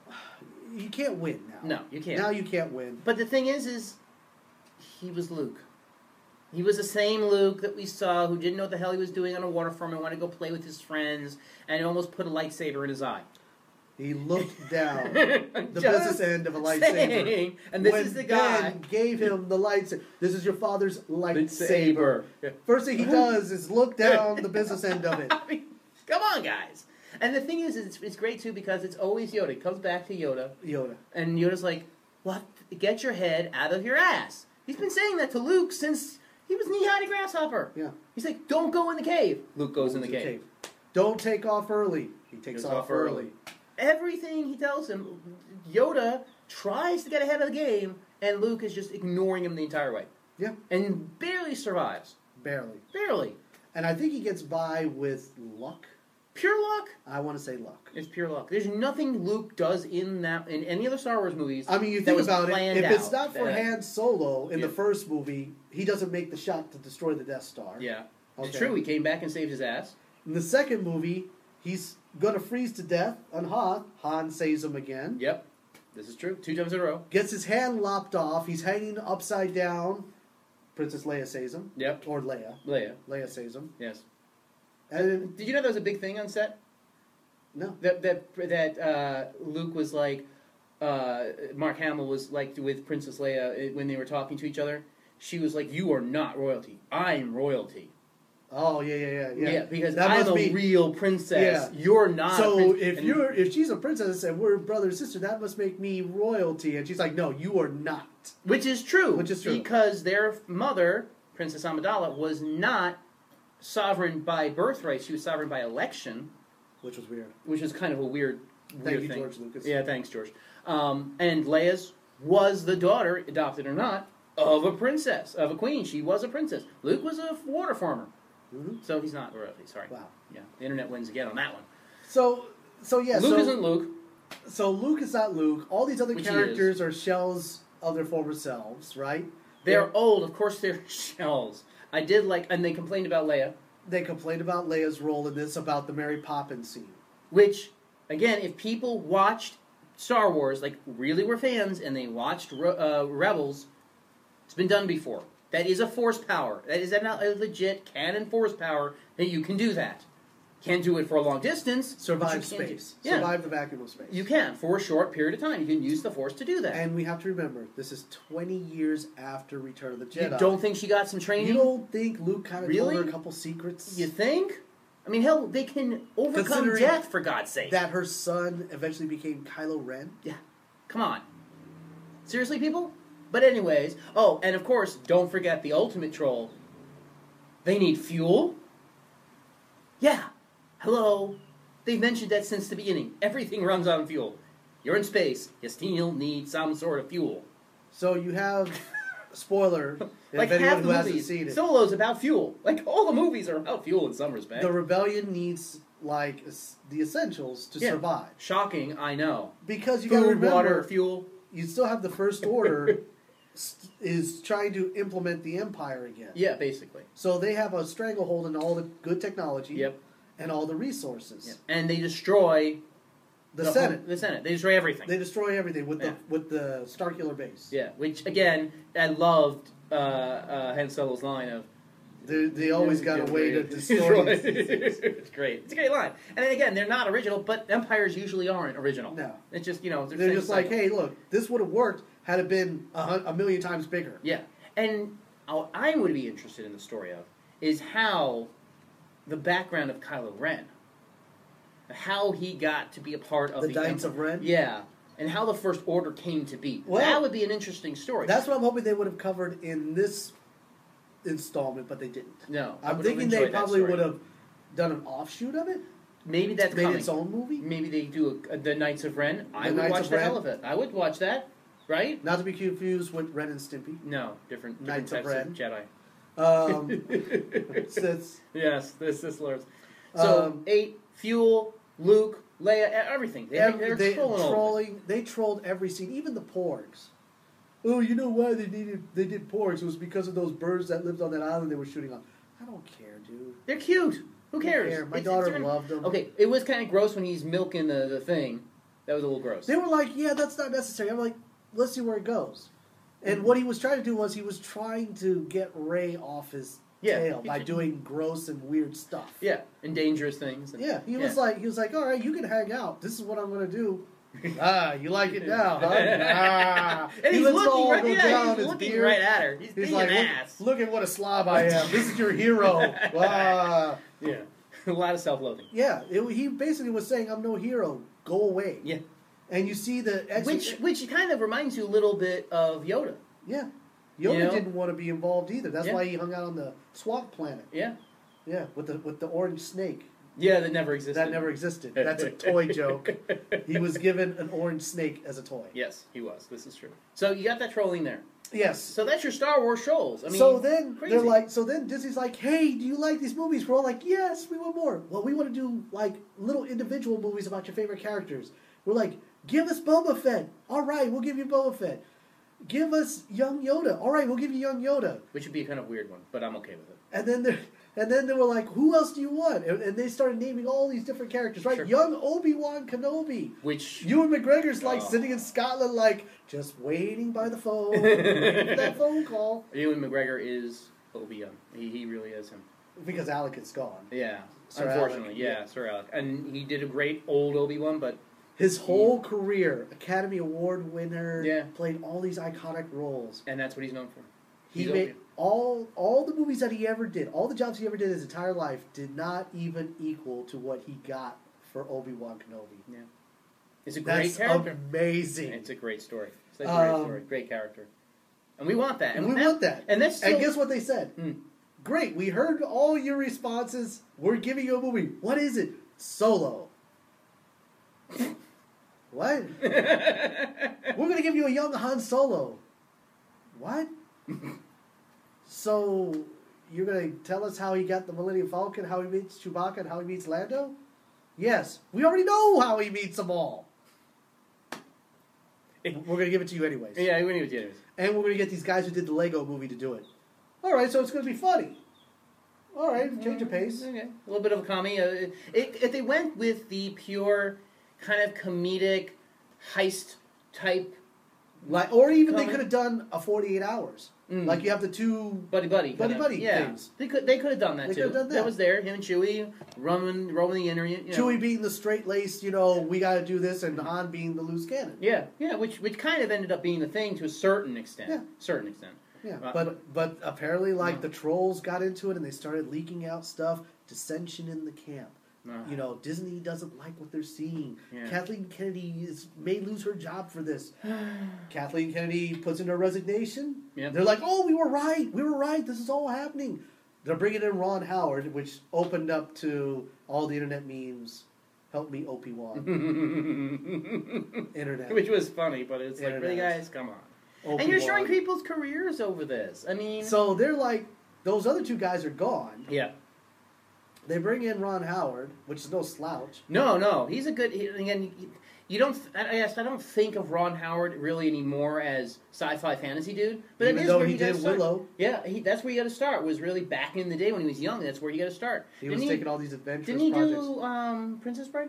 S2: you can't win now.
S3: No, you can't.
S2: Now you can't win.
S3: But the thing is, is he was Luke. He was the same Luke that we saw who didn't know what the hell he was doing on a water farm and wanted to go play with his friends and almost put a lightsaber in his eye.
S2: He
S3: *laughs*
S2: looked down the
S3: the
S2: business end of a lightsaber.
S3: And this
S2: When
S3: is the guy.
S2: Ben gave him the lightsaber. This is your father's lightsaber.
S3: Lightsaber. Yeah.
S2: First thing he does is look down the business end of it.
S3: *laughs* I mean, come on, guys. And the thing is, it's, it's great too because it's always Yoda. It comes back to Yoda,
S2: Yoda.
S3: and Yoda's like, "What? Get your head out of your ass." He's been saying that to Luke since he was knee high to grasshopper.
S2: Yeah.
S3: He's like, "Don't go in the cave." Luke goes in the
S2: To
S3: cave.
S2: Don't take off early. He takes
S3: Goes
S2: off,
S3: off
S2: early.
S3: early. Everything he tells him, Yoda tries to get ahead of the game, and Luke is just ignoring him the entire way,
S2: Yeah,
S3: and barely survives.
S2: barely.
S3: Barely.
S2: And I think he gets by with luck.
S3: Pure luck.
S2: I want to say luck.
S3: It's pure luck. There's nothing Luke does in that in any other Star Wars movies.
S2: I mean, you
S3: that
S2: think
S3: was
S2: about it.
S3: planned
S2: If it's
S3: out
S2: not for
S3: that-
S2: Han Solo in the
S3: Yeah.
S2: first movie, he doesn't make the shot to destroy the Death Star.
S3: yeah, it's
S2: Okay.
S3: true. He came back and saved his ass.
S2: In the second movie, he's gonna freeze to death on Hoth. Han saves him again.
S3: Yep, this is true. Two times in a row.
S2: Gets his hand lopped off. He's hanging upside down. Princess Leia saves him.
S3: Yep,
S2: Or Leia.
S3: Leia.
S2: Leia saves him.
S3: Yes.
S2: And then,
S3: Did you know there was a big thing on set
S2: no.
S3: that that that uh, Luke was like, uh, Mark Hamill was like with Princess Leia uh, when they were talking to each other. She was like, "You are not royalty. I'm royalty."
S2: Oh yeah, yeah, yeah,
S3: Yeah,
S2: yeah.
S3: because
S2: that
S3: I'm
S2: must
S3: a
S2: be.
S3: real princess.
S2: Yeah.
S3: You're not. a
S2: so
S3: prince-
S2: if
S3: and-
S2: you're if she's a princess and we're brother and sister, that must make me royalty. And she's like, no, you are not.
S3: Which is true.
S2: Which is true.
S3: Because their mother, Princess Amidala, was not sovereign by birthright. She was sovereign by election,
S2: Which was weird.
S3: which is kind of a weird, weird
S2: Thank you,
S3: thing.
S2: George Lucas.
S3: Yeah, thanks, George. Um, and Leia's was the daughter, adopted or not, of a princess, of a queen. She was a princess. Luke was a water farmer.
S2: hmm
S3: So he's not royalty, sorry.
S2: Wow.
S3: Yeah, the internet wins again on that one.
S2: So so yeah.
S3: Luke
S2: so,
S3: isn't Luke.
S2: so Luke is not Luke. All these other
S3: Which he
S2: characters are shells of their former selves, right?
S3: They're old, of course they're *laughs* shells. I did like, and they complained about Leia,
S2: They complained about Leia's role in this, about the Mary Poppins scene.
S3: which, again, if people watched Star Wars, like really were fans, and they watched Re- uh, Rebels, it's been done before. That is a force power. That is not a legit canon force power that you can do that. Can't do it for a long distance. but you
S2: Survive
S3: can do-
S2: space.
S3: Yeah,
S2: Survive the vacuum of space.
S3: you can for a short period of time. You can use the force to do that.
S2: And we have to remember, this is 20 years after Return of the
S3: you
S2: Jedi.
S3: don't think she got some training?
S2: You don't think Luke kind of
S3: Really?
S2: told her a couple secrets?
S3: You think? I mean, hell, they can overcome
S2: Considering
S3: death for God's sake.
S2: that her son eventually became Kylo Ren?
S3: yeah, come on. Seriously, people. But anyways, oh, and of course, don't forget the ultimate troll. They need fuel. Yeah. Hello. They've mentioned that since the beginning. Everything runs on fuel. You're in space. You still need some sort of fuel.
S2: So you have, *laughs* spoiler,
S3: like
S2: if anyone
S3: half
S2: who
S3: the
S2: hasn't
S3: movies,
S2: seen it,
S3: Solo's about fuel. Like all the movies are about fuel in some respect.
S2: the rebellion needs like es- the essentials to
S3: Yeah.
S2: survive.
S3: Shocking, I know.
S2: Because you got to
S3: Food,
S2: remember,
S3: water, fuel.
S2: you still have the First Order st- is trying to implement the Empire again.
S3: Yeah, basically.
S2: So they have a stranglehold on all the good technology
S3: Yep.
S2: and all the resources.
S3: And they destroy
S2: The
S3: whole-
S2: Senate.
S3: the Senate. They destroy everything.
S2: They destroy everything with
S3: Yeah.
S2: the with the Starkiller base.
S3: yeah, which again, I loved uh, uh, Han Solo's line of.
S2: They, they always got a
S3: *laughs*
S2: way to destroy.
S3: Destroy.
S2: these things.
S3: it's great. It's a great line. And then again, they're not original, but empires usually aren't original.
S2: No.
S3: It's just you know
S2: *laughs*
S3: they're,
S2: They're
S3: saying
S2: just like,
S3: cycle.
S2: hey, look, this would have worked had it been a, hun- a million times bigger.
S3: Yeah, and what I would be interested in the story of is how the background of Kylo Ren, how he got to be a part of
S2: The
S3: the,
S2: Knights
S3: Empire.
S2: of Ren?
S3: Yeah, and how the First Order came to be.
S2: Well,
S3: that would be an interesting story.
S2: That's what I'm hoping they would have covered in this installment, but they didn't.
S3: no. I
S2: I'm
S3: would have
S2: thinking they
S3: enjoyed that
S2: probably
S3: story.
S2: would have done an offshoot of it,
S3: Maybe that's
S2: made
S3: coming. Mm.
S2: its own movie.
S3: Maybe they do a, the Knights of Ren. I
S2: The
S3: would
S2: Knights
S3: watch
S2: of
S3: the
S2: Ren.
S3: hell of it. I would watch that. Right?
S2: Not to be confused with Ren and Stimpy.
S3: *laughs* No, different, different
S2: Knights of
S3: types
S2: Um, *laughs*
S3: Jedi.
S2: since
S3: yes, this this lords. So
S2: Um,
S3: eight fuel, Luke, Leia, e- everything. They,
S2: ev-
S3: they're
S2: they
S3: trolling. all of it.
S2: trolling, they trolled every scene, even the porgs. Oh, you know why they needed they did porgs? It was because of those birds that lived on that island they were shooting on. I don't care, dude.
S3: They're cute. Who
S2: Don't
S3: cares?
S2: care. My
S3: It's-
S2: daughter
S3: it's their-
S2: loved them.
S3: Okay, it was kind of gross when he's milking the, the thing. That was a little gross.
S2: They were like, yeah, that's not necessary. I'm like, let's see where it goes.
S3: Mm-hmm.
S2: And what he was trying to do was he was trying to get Ray off his
S3: Yeah.
S2: tail by doing gross and weird stuff.
S3: Yeah, and dangerous things. And, *laughs*
S2: Yeah, he was like, he was like, all right, you can hang out. This is what I'm gonna do. ah, you like it now, *laughs* huh? Ah.
S3: and
S2: He
S3: he's
S2: lets it
S3: looking
S2: all
S3: right,
S2: go
S3: yeah,
S2: down
S3: he's
S2: his
S3: looking
S2: beard.
S3: right at her. He's,
S2: He's
S3: being
S2: like,
S3: an
S2: look,
S3: ass. *laughs*
S2: look at what a slob I am. this is your hero. Ah.
S3: Yeah, a lot of self-loathing.
S2: Yeah, it, he basically was saying, I'm no hero. Go away.
S3: Yeah,
S2: And you see the ex-
S3: which which kind of reminds you a little bit of Yoda.
S2: yeah, Yoda
S3: You know?
S2: didn't want to be involved either. That's
S3: Yeah.
S2: why he hung out on the swamp planet.
S3: Yeah,
S2: Yeah, with the with the orange snake
S3: yeah, that never existed.
S2: that never existed. That's a toy
S3: *laughs*
S2: joke. He was given an orange snake as a toy.
S3: Yes, he was. This is true. So you got that trolling there.
S2: Yes.
S3: So that's your Star Wars trolls. I mean,
S2: so then
S3: crazy.
S2: they're like, so then Disney's like, hey, do you like these movies? We're all like, yes, we want more. Well, we want to do like little individual movies about your favorite characters. We're like, give us Boba Fett. All right, we'll give you Boba Fett. Give us Young Yoda. All right, we'll give you Young Yoda.
S3: which would be a kind of weird one, but I'm okay with it.
S2: And then they and then they were like, who else do you want? And, and they started naming all these different characters, right?
S3: Sure.
S2: Young Obi Wan Kenobi.
S3: Which
S2: Ewan McGregor's like
S3: Oh.
S2: sitting in Scotland, like just waiting by the
S3: *laughs*
S2: phone, waiting for that phone call
S3: Ewan McGregor is Obi Young. He, he really is him.
S2: because Alec is gone.
S3: Yeah,
S2: Sir
S3: unfortunately,
S2: Alec,
S3: yeah,
S2: yeah.
S3: Sir Alec, and he did a great old Obi Wan, but
S2: His whole career, Academy Award winner,
S3: Hmm. Yeah.
S2: played all these iconic roles,
S3: and that's what he's known for.
S2: He
S3: He's
S2: made
S3: open.
S2: all all the movies that he ever did, all the jobs he ever did his entire life, did not even equal to what he got for Obi Wan Kenobi.
S3: Yeah. It's a great
S2: That's
S3: character.
S2: amazing.
S3: It's a great story. It's a great
S2: Um,
S3: story. Great character. And we want that.
S2: and
S3: And
S2: we
S3: that,
S2: want that.
S3: And that's still,
S2: and guess what they said?
S3: Hmm.
S2: Great, we heard all your responses. We're giving you a movie. What is it? Solo. what? We're gonna give you a young Han Solo. What? *laughs* so you're gonna tell us how he got the Millennium Falcon, how he meets Chewbacca, and how he meets Lando? Yes, we already know how he meets them all. We're gonna give it to you anyways.
S3: yeah, we need to do
S2: And we're gonna get these guys who did the Lego movie to do it. All right, so it's gonna be funny. All right, change of pace.
S3: Mm, Okay. A little bit of a comedy. Uh, it, it, if they went with the pure kind of comedic heist type
S2: Like, or even they
S3: Comedy.
S2: could have done a forty-eight hours.
S3: Mm.
S2: oh, Like you have the two.
S3: buddy buddy
S2: Buddy
S3: kinda-
S2: buddy
S3: yeah.
S2: things.
S3: They could they could have done that
S2: They
S3: too.
S2: could've done that.
S3: was there. Him and Chewie roaming roaming the internet. You know.
S2: Chewie being the straight-laced, you know, we gotta do this, and Han being the loose cannon.
S3: Hmm. Yeah, yeah, which which kind of ended up being the thing to a certain extent.
S2: Yeah.
S3: Certain extent.
S2: Yeah,
S3: Uh,
S2: but but apparently, like
S3: Yeah.
S2: the trolls got into it and they started leaking out stuff. Dissension in the camp.
S3: Uh,
S2: You know, Disney doesn't like what they're seeing.
S3: Yeah.
S2: Kathleen Kennedy is, may lose her job for
S3: *sighs*
S2: this. Kathleen Kennedy puts in her resignation.
S3: Yeah.
S2: They're like, oh, we were right. We were right. This is all happening. They're bringing in Ron Howard, which opened up to all the internet memes. Help me, Opie
S3: Mm-hmm.
S2: Wan. internet.
S3: *laughs* which was funny, but it's like, really,
S2: Internet.
S3: guys, come on.
S2: Opie
S3: and you're showing
S2: Wan.
S3: people's careers over this. I mean,
S2: So they're like, those other two guys are gone.
S3: yeah,
S2: They bring in Ron Howard, which is no slouch.
S3: no, no, he's a good. He, again, you, you don't. I I guess I don't think of Ron Howard really anymore as sci-fi fantasy dude. But it
S2: Even
S3: is
S2: though
S3: where
S2: he
S3: you gotta
S2: did
S3: start.
S2: Willow.
S3: Yeah, he, that's where you got to start. Was really back in the day when he was young. That's where you got to start.
S2: He
S3: didn't
S2: was
S3: he,
S2: taking all these adventurous
S3: Didn't he
S2: projects.
S3: do um, Princess Bride?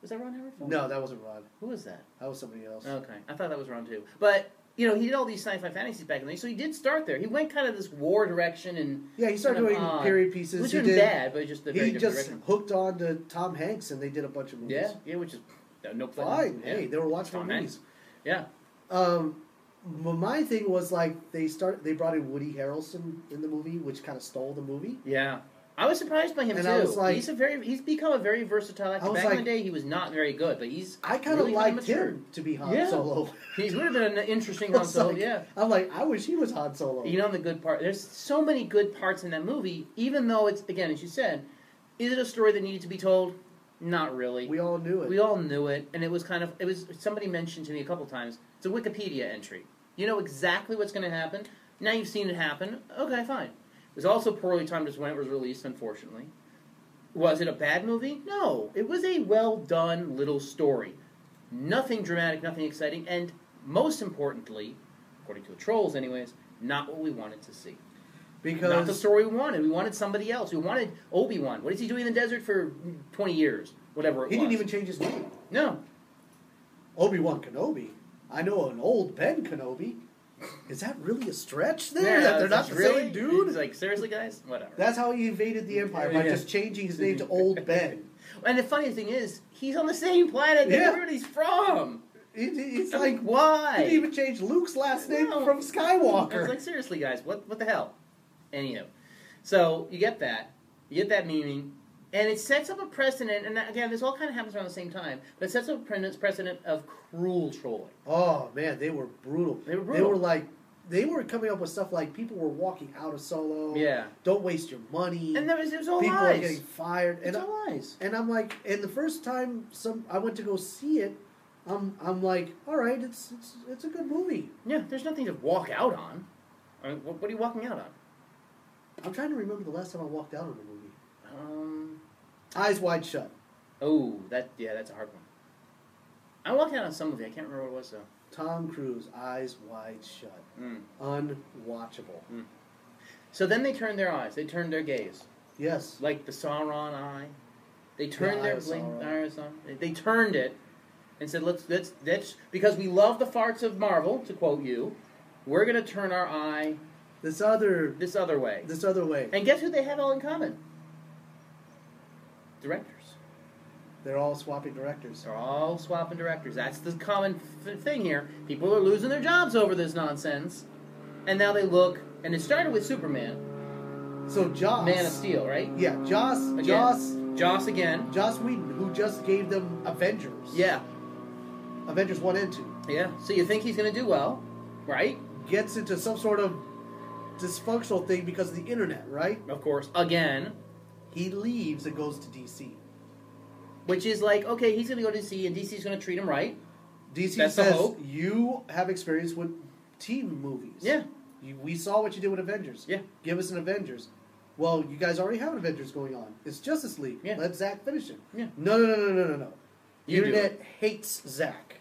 S3: Was that Ron Howard? film?
S2: No, that wasn't Ron.
S3: Who was that?
S2: That was somebody else.
S3: Okay, I thought that was round two. But you know, he did all these sci-fi fantasies back in the day, so he did start there. He went kind of this war direction, and
S2: Yeah, he started
S3: Kind of
S2: doing
S3: odd.
S2: period pieces.
S3: which
S2: he
S3: was
S2: did,
S3: bad, but just a very
S2: he
S3: different
S2: just
S3: direction.
S2: hooked on to Tom Hanks, and they did a bunch of movies.
S3: Yeah, yeah, which is no- no fun.
S2: fine.
S3: Yeah.
S2: Hey, they were watching
S3: Tom
S2: movies.
S3: yeah,
S2: Um, m- my thing was like they start they brought in Woody Harrelson in the movie, which kind of stole the movie.
S3: yeah. I was surprised by him
S2: And
S3: too.
S2: I was like-
S3: he's a very he's become a very versatile actor.
S2: I was
S3: Back in
S2: like-
S3: the day, he was not very good, but he's
S2: I kind of
S3: really
S2: liked
S3: matured.
S2: him to be Han
S3: Yeah.
S2: Solo. *laughs*
S3: He would have been an interesting
S2: I
S3: Han
S2: was
S3: Solo.
S2: like-
S3: yeah.
S2: I'm like, I wish he was Han Solo.
S3: You know the good part. There's so many good parts in that movie, even though it's again, as you said, is it a story that needed to be told? Not really.
S2: we all knew it.
S3: We all knew it, and it was kind of it was somebody mentioned to me a couple times. It's a Wikipedia entry. You know exactly what's going to happen. Now you've seen it happen. Okay, fine. It was also poorly timed as when it was released, unfortunately. Was it a bad movie? No. It was a well done little story. Nothing dramatic, nothing exciting, and most importantly, according to the trolls, anyways, not what we wanted to see. Not the
S2: because
S3: story we wanted. We wanted somebody else. We wanted Obi Wan. What is he doing in the desert for twenty years? Whatever it
S2: he
S3: was.
S2: didn't even change his name.
S3: no.
S2: Obi Wan Kenobi. I know an old Ben Kenobi. Is that really a stretch there? that they're not
S3: that's
S2: the
S3: really,
S2: same dude?
S3: It's like seriously, guys, whatever.
S2: That's how he invaded the Empire by
S3: Yeah.
S2: just changing his name to Old Ben.
S3: and the funny thing is, he's on the same planet that
S2: Yeah.
S3: everybody's from.
S2: It, it's
S3: I'm
S2: like
S3: like, why?
S2: he didn't even change Luke's last name
S3: No.
S2: from
S3: I was
S2: Skywalker.
S3: like, seriously, guys, what what the hell? Anywho, so you get that, you get that meaning, and it sets up a precedent. And again, this all kind of happens around the same time, but it sets up a pre- precedent of cruel trolling.
S2: oh man, they were brutal.
S3: They were brutal.
S2: like, they were coming up with stuff like people were walking out of Solo.
S3: Yeah.
S2: Don't waste your money.
S3: And there was it was all
S2: people are
S3: lies.
S2: getting fired. And
S3: it's
S2: I,
S3: all lies.
S2: and I'm like, and the first time some I went to go see it, I'm I'm like, all right, it's it's it's a good movie.
S3: Yeah, there's nothing to walk out on. I mean, what, what are you walking out on?
S2: I'm trying to remember the last time I walked out on a movie.
S3: Um,
S2: Eyes wide shut.
S3: Oh, that yeah, that's a hard one. I walked out on some movie. I can't remember what it was though.
S2: Tom Cruise, eyes wide shut.
S3: Mm.
S2: Unwatchable.
S3: So then they turned their eyes. They turned their gaze,
S2: Yes.
S3: like the Sauron eye. They
S2: The
S3: turned
S2: eye
S3: their
S2: of
S3: blink.
S2: Sauron.
S3: eye of Sauron. They- They turned it and said, "Let's let's let's because we love the farts of Marvel." To quote you, we're gonna turn our eye
S2: This other
S3: this other way.
S2: this other way.
S3: And guess who they have all in common? Directors.
S2: They're all swapping directors.
S3: They're all swapping directors. That's the common f- thing here. People are losing their jobs over this nonsense, and now they look and it started with Superman,
S2: So Joss.
S3: Man of Steel, right?
S2: Yeah, Joss.
S3: Again.
S2: Joss.
S3: Joss again.
S2: Joss Whedon, who just gave them Avengers.
S3: Yeah,
S2: Avengers one and two
S3: yeah. So you think he's going to do well, right?
S2: gets into some sort of dysfunctional thing because of the internet, right?
S3: Of course, again,
S2: He leaves and goes to DC.
S3: which is like okay, he's going to go to DC, and DC's going to treat him right.
S2: DC
S3: That's the
S2: says
S3: hope.
S2: you have experience with team movies.
S3: Yeah,
S2: You, we saw what you did with Avengers.
S3: Yeah.
S2: Give us an Avengers. Well, you guys already have an Avengers going on. It's Justice League.
S3: Yeah.
S2: Let Zach finish it.
S3: Yeah.
S2: No, no, no, no, no, no, no. The
S3: You do
S2: internet hates Zach,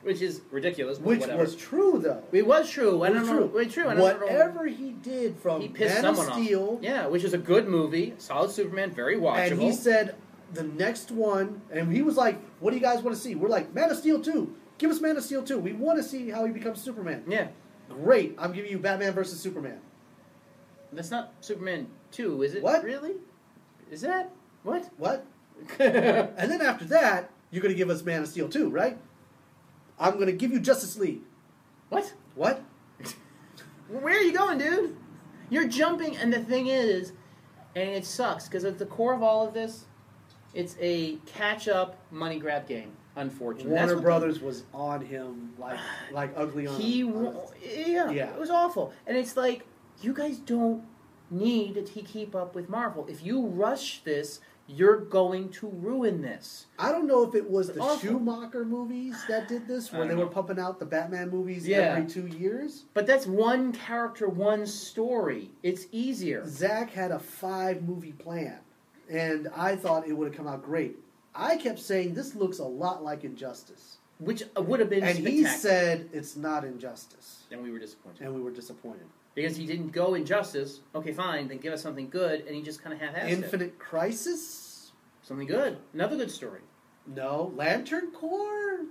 S3: which is ridiculous. But
S2: which
S3: whatever.
S2: was true though.
S3: it was true. I
S2: It
S3: don't
S2: was
S3: know. It's true. I don't know.
S2: Whatever he did from
S3: He pissed
S2: Man of
S3: someone
S2: Steel.
S3: off. Yeah, which is a good movie. Solid Superman, very watchable.
S2: And he said the next one, and he was like, "What do you guys want to see?" We're like, "Man of Steel two. Give us Man of Steel two. We want to see how he becomes Superman."
S3: yeah,
S2: Great. I'm giving you Batman versus Superman.
S3: that's not Superman two, is it?
S2: What?
S3: really? Is that
S2: *laughs*
S3: what?
S2: What? And then after that, you're going to give us Man of Steel two, right? I'm going to give you Justice League.
S3: what?
S2: What?
S3: Where are you going, dude? You're jumping, and the thing is, and it sucks because at the core of all of this, it's a catch-up money grab game. Unfortunately, That's
S2: Warner
S3: what the-
S2: Brothers was on him like like ugly on.
S3: He,
S2: on
S3: wa- yeah,
S2: Yeah.
S3: it was awful, and it's like you guys don't need to t- keep up with Marvel. If you rush this, you're going to ruin this.
S2: I don't know if it was the
S3: Awful.
S2: Schumacher movies that did this,
S3: I
S2: where they
S3: don't
S2: were
S3: know.
S2: pumping out the Batman movies
S3: Yeah.
S2: every two years.
S3: But that's one character, one story. It's easier.
S2: Zach had a five movie plan, and I thought it would have come out great. I kept saying this looks a lot like Injustice,
S3: which would have been
S2: and he
S3: spectacular.
S2: said it's not Injustice,
S3: and we were disappointed
S2: and we were disappointed.
S3: because he didn't go injustice. Okay, fine, then give us something good, and he just kind of half-assed it.
S2: Infinite Crisis?
S3: Something good, another good story,
S2: No. Lantern Corps?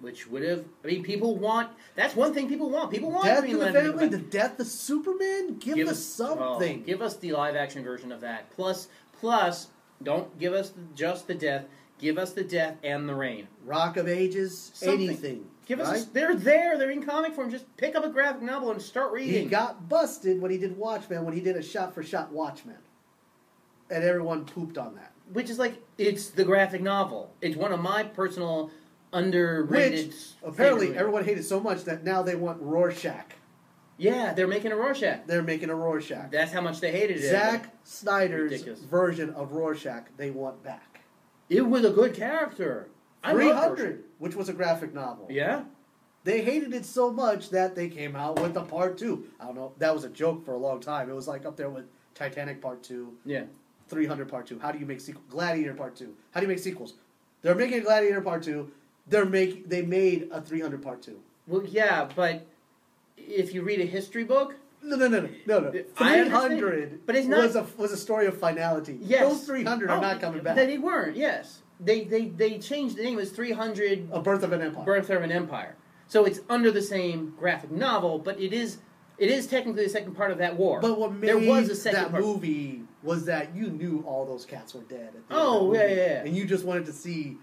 S3: which would have. I mean, people want. That's one thing people want. People want
S2: Death
S3: Green
S2: of the
S3: Lantern to
S2: Family?
S3: come
S2: The
S3: back.
S2: Death of Superman? Give, us
S3: oh,
S2: something.
S3: give us the live-action version of that. Plus, plus, don't give us just the death. Give us the death and the rain.
S2: Rock of Ages?
S3: Something.
S2: Anything.
S3: Give us.
S2: right?
S3: they're there. They're in comic form. Just pick up a graphic novel and start reading.
S2: He got busted when he did Watchmen, when he did a shot for shot Watchmen. And everyone pooped on that.
S3: which is like it's the graphic novel. It's one of my personal underrated.
S2: Which apparently
S3: favorite-
S2: everyone hated so much that now they want Rorschach.
S3: Yeah, they're making a Rorschach.
S2: They're making a Rorschach.
S3: That's how much they hated it.
S2: Zack Snyder's
S3: Ridiculous.
S2: version of Rorschach they want back.
S3: It was a good character. I love
S2: Three
S3: Rorschach.
S2: hundred, which was a graphic novel.
S3: Yeah.
S2: They hated it so much that they came out with a part two. I don't know. That was a joke for a long time. It was like up there with Titanic part two,
S3: Yeah.
S2: 300 part two. How do you make sequel? Gladiator part two. How do you make sequels? They're making a Gladiator part two. They're make they made a 300 part two.
S3: Well, yeah, but if you read a history book,
S2: No, no, no, no, no. no.
S3: I
S2: Three
S3: understand,
S2: hundred,
S3: but it's not-
S2: was a was a story of finality.
S3: yes,
S2: those three hundred
S3: Oh,
S2: are not coming back.
S3: They weren't. Yes, they they they changed the name. It was three hundred
S2: a birth of an empire.
S3: Birth of an Empire. So it's under the same graphic novel, but it is it is technically the second part of that war.
S2: But what made
S3: there was a second
S2: that
S3: part.
S2: movie was that you knew all those cats were dead. At the end
S3: Oh,
S2: of that movie,
S3: yeah, yeah, yeah.
S2: and you just wanted to see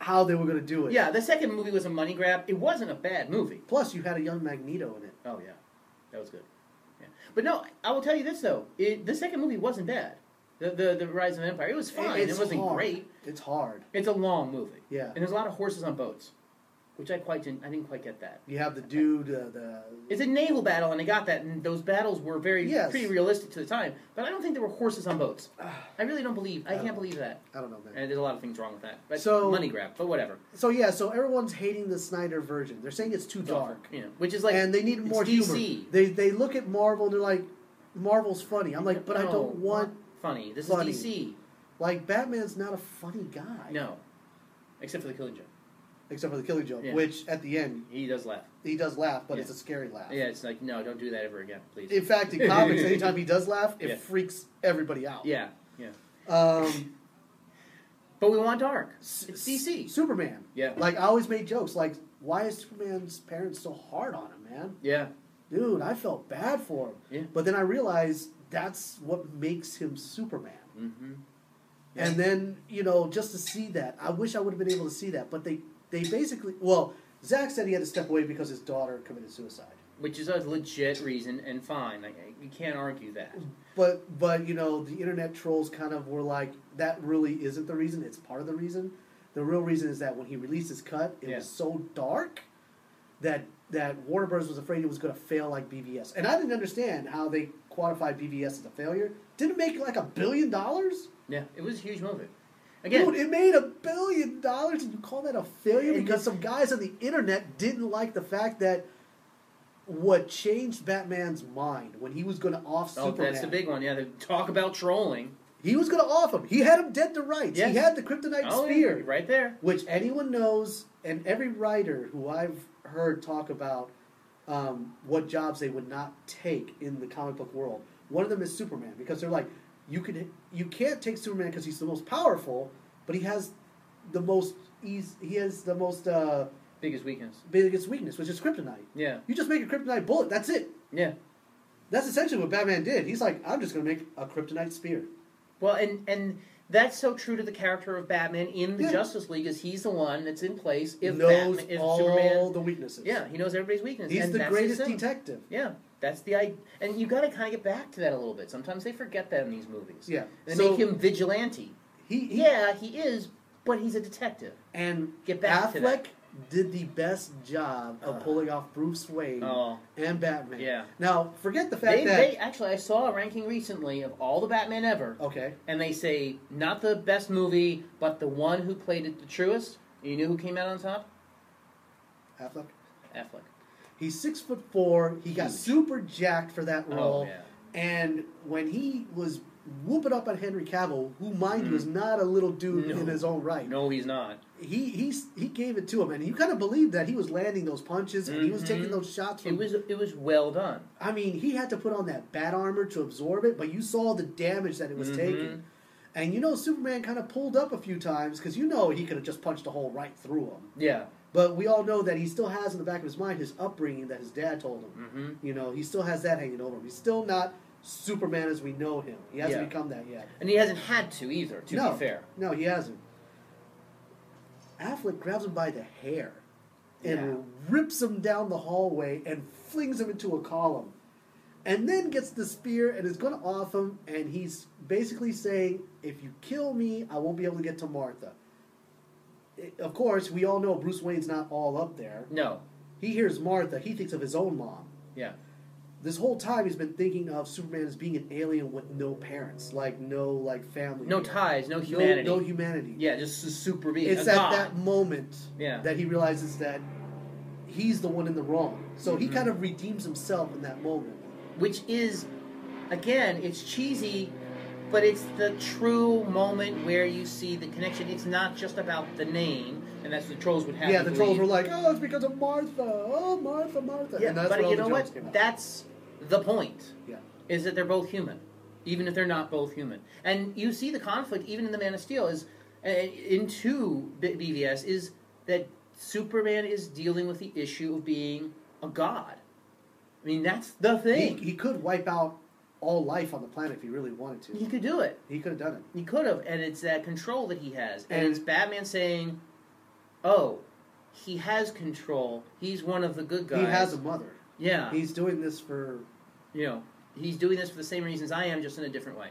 S2: how they were going to do it.
S3: Yeah, the second movie was a money grab. It wasn't a bad movie.
S2: Plus, you had a young Magneto in it.
S3: Oh yeah, that was good. Yeah. But no, I will tell you this though: it, the second movie wasn't bad. The, the the Rise of Empire. It was fine.
S2: It's
S3: It wasn't
S2: hard.
S3: great.
S2: It's hard.
S3: It's a long movie.
S2: Yeah.
S3: And there's a lot of horses on boats, which I quite didn't. I didn't quite get that.
S2: You have the dude, uh, the
S3: It's a naval battle, and I got that. And those battles were very
S2: Yes.
S3: pretty realistic to the time. But I don't think there were horses on boats. I really don't believe. I can't believe that.
S2: I don't know, man.
S3: And there's a lot of things wrong with that. But
S2: So-
S3: money grab. But whatever.
S2: So yeah, so everyone's hating the Snyder version. They're saying it's too dark,
S3: Yeah. Which is like.
S2: and they need
S3: it's
S2: more
S3: DC.
S2: humor. They they look at Marvel. and They're like, Marvel's funny. I'm like, but I
S3: No,
S2: don't want
S3: funny. This
S2: funny.
S3: is DC.
S2: like Batman's not a funny guy.
S3: No, except for the Killing Joke.
S2: except for the Killing Joke,
S3: Yeah.
S2: which at the end
S3: He does laugh.
S2: he does laugh, but
S3: Yeah.
S2: it's a scary laugh.
S3: Yeah, it's like no, don't do that ever again, please.
S2: In fact, in comics, anytime he does laugh, it
S3: Yeah.
S2: freaks everybody out.
S3: yeah, yeah.
S2: Um,
S3: But we want dark.
S2: s-
S3: It's DC.
S2: Superman.
S3: Yeah.
S2: Like I always made jokes. Like, why is Superman's parents so hard on him, man?
S3: Yeah,
S2: Dude, I felt bad for him.
S3: Yeah.
S2: But then I realized that's what makes him Superman.
S3: mm-hmm.
S2: And then you know, just to see that, I wish I would have been able to see that. But they they basically well, Zach said he had to step away because his daughter committed suicide.
S3: which is a legit reason and fine. Like, you can't argue that.
S2: But but you know the internet trolls kind of were like that really isn't the reason. It's part of the reason. The real reason is that when he released his cut, it
S3: Yeah.
S2: was so dark that that Warner Brothers was afraid it was going to fail like BVS. And I didn't understand how they quantified BVS as a failure. Didn't it make like a billion dollars.
S3: Yeah, it was a huge movie. Again,
S2: Dude, it made a billion dollars, and you call that a failure
S3: And
S2: because
S3: it-
S2: some guys on the internet didn't like the fact that what changed Batman's mind when he was going to off
S3: oh,
S2: Superman.
S3: that's the big one. Yeah, the talk about trolling.
S2: He was going to off him. He had him dead to rights.
S3: Yes.
S2: He had the kryptonite
S3: Oh, yeah,
S2: spear,
S3: right there.
S2: which anyone knows, and every writer who I've heard talk about um, what jobs they would not take in the comic book world. One of them is Superman because they're like, you can you can't take Superman because he's the most powerful, but he has the most eas he has the most uh,
S3: Biggest weakness.
S2: biggest weakness, which is kryptonite.
S3: Yeah,
S2: You just make a kryptonite bullet. That's it.
S3: yeah.
S2: That's essentially what Batman did. He's like, I'm just gonna make a kryptonite spear.
S3: Well, and and that's so true to the character of Batman in the
S2: Yeah.
S3: Justice League, is he's the one that's in place if
S2: knows
S3: Batman, if
S2: all
S3: Superman.
S2: the weaknesses.
S3: Yeah, he knows everybody's weakness.
S2: He's
S3: and
S2: the
S3: that's
S2: greatest
S3: his thing.
S2: detective.
S3: Yeah, that's the idea. And you got to kind of get back to that a little bit. Sometimes they forget that in these movies.
S2: Yeah.
S3: They
S2: So-
S3: make him vigilante.
S2: He, he
S3: Yeah, he is, but he's a detective.
S2: and
S3: Get back to
S2: Affleck
S3: that.
S2: did the best job of
S3: Uh.
S2: pulling off Bruce Wayne
S3: Oh.
S2: and Batman.
S3: Yeah.
S2: Now forget the fact
S3: They,
S2: that
S3: they actually, I saw a ranking recently of all the Batman ever,
S2: okay,
S3: and they say not the best movie, but the one who played it the truest. You know who came out on top?
S2: Affleck.
S3: Affleck.
S2: He's six foot four. He got
S3: Huge.
S2: super jacked for that role.
S3: Oh yeah.
S2: And when he was whooping up on Henry Cavill, who mind
S3: Mm.
S2: you is not a little dude
S3: No.
S2: in his own right,
S3: No, he's not.
S2: he he he gave it to him, and you kind of believed that he was landing those punches and he was
S3: Mhm.
S2: taking those shots.
S3: It
S2: From,
S3: was it was well done.
S2: I mean, he had to put on that bat armor to absorb it, but you saw the damage that it was
S3: Mhm.
S2: taking. And you know, Superman kind of pulled up a few times because you know he could have just punched a hole right through him.
S3: Yeah.
S2: But we all know that he still has in the back of his mind his upbringing that his dad told him.
S3: Mm-hmm.
S2: You know, he still has that hanging over him. He's still not Superman as we know him. He hasn't
S3: Yeah.
S2: become that yet.
S3: And he hasn't had to either. To
S2: no,
S3: be fair.
S2: no, he hasn't. Affleck grabs him by the hair and
S3: Yeah.
S2: rips him down the hallway and flings him into a column. And then gets the spear and is going to off him. And he's basically saying, If you kill me, I won't be able to get to Martha. I- Of course, we all know Bruce Wayne's not all up there.
S3: No.
S2: He hears Martha, he thinks of his own mom.
S3: Yeah.
S2: This whole time, he's been thinking of Superman as being an alien with no parents, like no like family,
S3: No
S2: here.
S3: ties. No
S2: No-
S3: humanity.
S2: no, humanity.
S3: Yeah, just a super being.
S2: it's
S3: a
S2: at
S3: god.
S2: that moment
S3: Yeah.
S2: that he realizes that he's the one in the wrong. So he
S3: Mhm.
S2: kind of redeems himself in that moment.
S3: which is again it's cheesy but it's the true moment where you see the connection it's not just about the name and that's what the trolls would have
S2: yeah,
S3: you
S2: the trolls
S3: believe.
S2: were like, "Oh, it's because of Martha. Oh, Martha, Martha."
S3: yeah
S2: and that's
S3: but
S2: where all
S3: you
S2: the
S3: know
S2: jokes
S3: what
S2: came out.
S3: that's the point
S2: yeah,
S3: is that they're both human even if they're not both human and you see the conflict even in the man of steel is uh, into B- bvs is that superman is dealing with the issue of being a god i mean that's the
S2: he,
S3: thing
S2: he could wipe out all life on the planet if he really wanted to.
S3: he could do it
S2: He could have done it.
S3: He could have, and it's that control that he has, and,
S2: And-
S3: it's Batman saying, "Oh, he has control. He's one of the good guys. Uh.
S2: He has a mother.
S3: yeah.
S2: He's doing this for
S3: you know, he's doing this for the same reasons I am, just in a different way.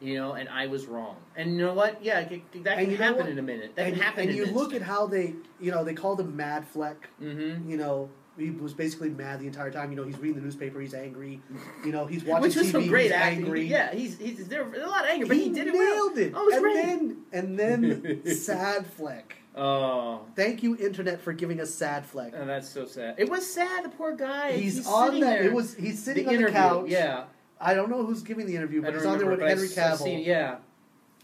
S3: You know, and I was wrong. And you know what? Yeah, it could- that
S2: And
S3: can
S2: you know
S3: happen
S2: what?
S3: in a minute. That
S2: and,
S3: can happen.
S2: and
S3: in
S2: you
S3: an
S2: look at
S3: instant.
S2: how they, you know, they called him Mad Fleck.
S3: Mhm.
S2: You know, he was basically mad the entire time. You know, he's reading the newspaper, he's angry. You know, he's watching
S3: Which was
S2: TV,
S3: some great
S2: he's
S3: acting.
S2: angry.
S3: Yeah, he's, he's there. There's a lot of anger, but
S2: he,
S3: he, did it well.
S2: nailed it.
S3: Oh, it was
S2: and
S3: great.
S2: then and then Sad Fleck.
S3: oh,
S2: Thank you, internet, for giving us Sad Fleck.
S3: oh, that's so sad. It was sad. The poor guy.
S2: he's, on
S3: sitting
S2: that.
S3: There.
S2: It was he's sitting
S3: the
S2: on
S3: interview.
S2: the couch.
S3: Yeah,
S2: I don't know who's giving the interview,
S3: I
S2: but
S3: don't
S2: he's on there with
S3: remember,
S2: Henry
S3: but I s- I've
S2: Cavill.
S3: seen- yeah,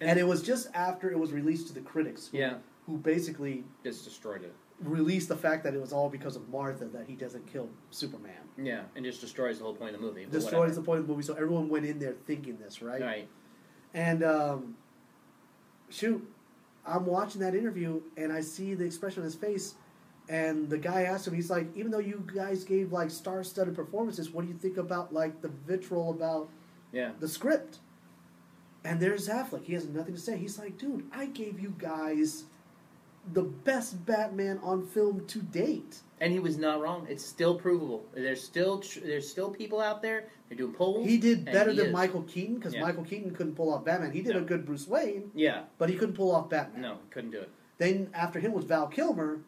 S2: And it was just after it was released to the critics, who,
S3: yeah.
S2: who basically
S3: Just destroyed it.
S2: released the fact that it was all because of Martha that he doesn't kill Superman.
S3: Yeah, and just destroys the whole point of the movie. but
S2: Destroys
S3: whatever.
S2: the point of the movie, so everyone went in there thinking this, right?
S3: Right.
S2: And um, shoot, I'm watching that interview and I see the expression on his face. And the guy asked him, he's like, even though you guys gave like star-studded performances, what do you think about like the vitriol about
S3: Yeah.
S2: the script? And there's Affleck. He has nothing to say. He's like, dude, I gave you guys the best Batman on film to date.
S3: And he was not wrong. It's still provable. There's still tr- there's still people out there. They're doing polls.
S2: He did
S3: and
S2: better
S3: he
S2: than
S3: is.
S2: Michael Keaton because
S3: Yeah.
S2: Michael Keaton couldn't pull off Batman. He did
S3: No.
S2: a good Bruce Wayne,
S3: Yeah.
S2: but he couldn't pull off Batman.
S3: No, couldn't do it.
S2: Then after him was Val Kilmer.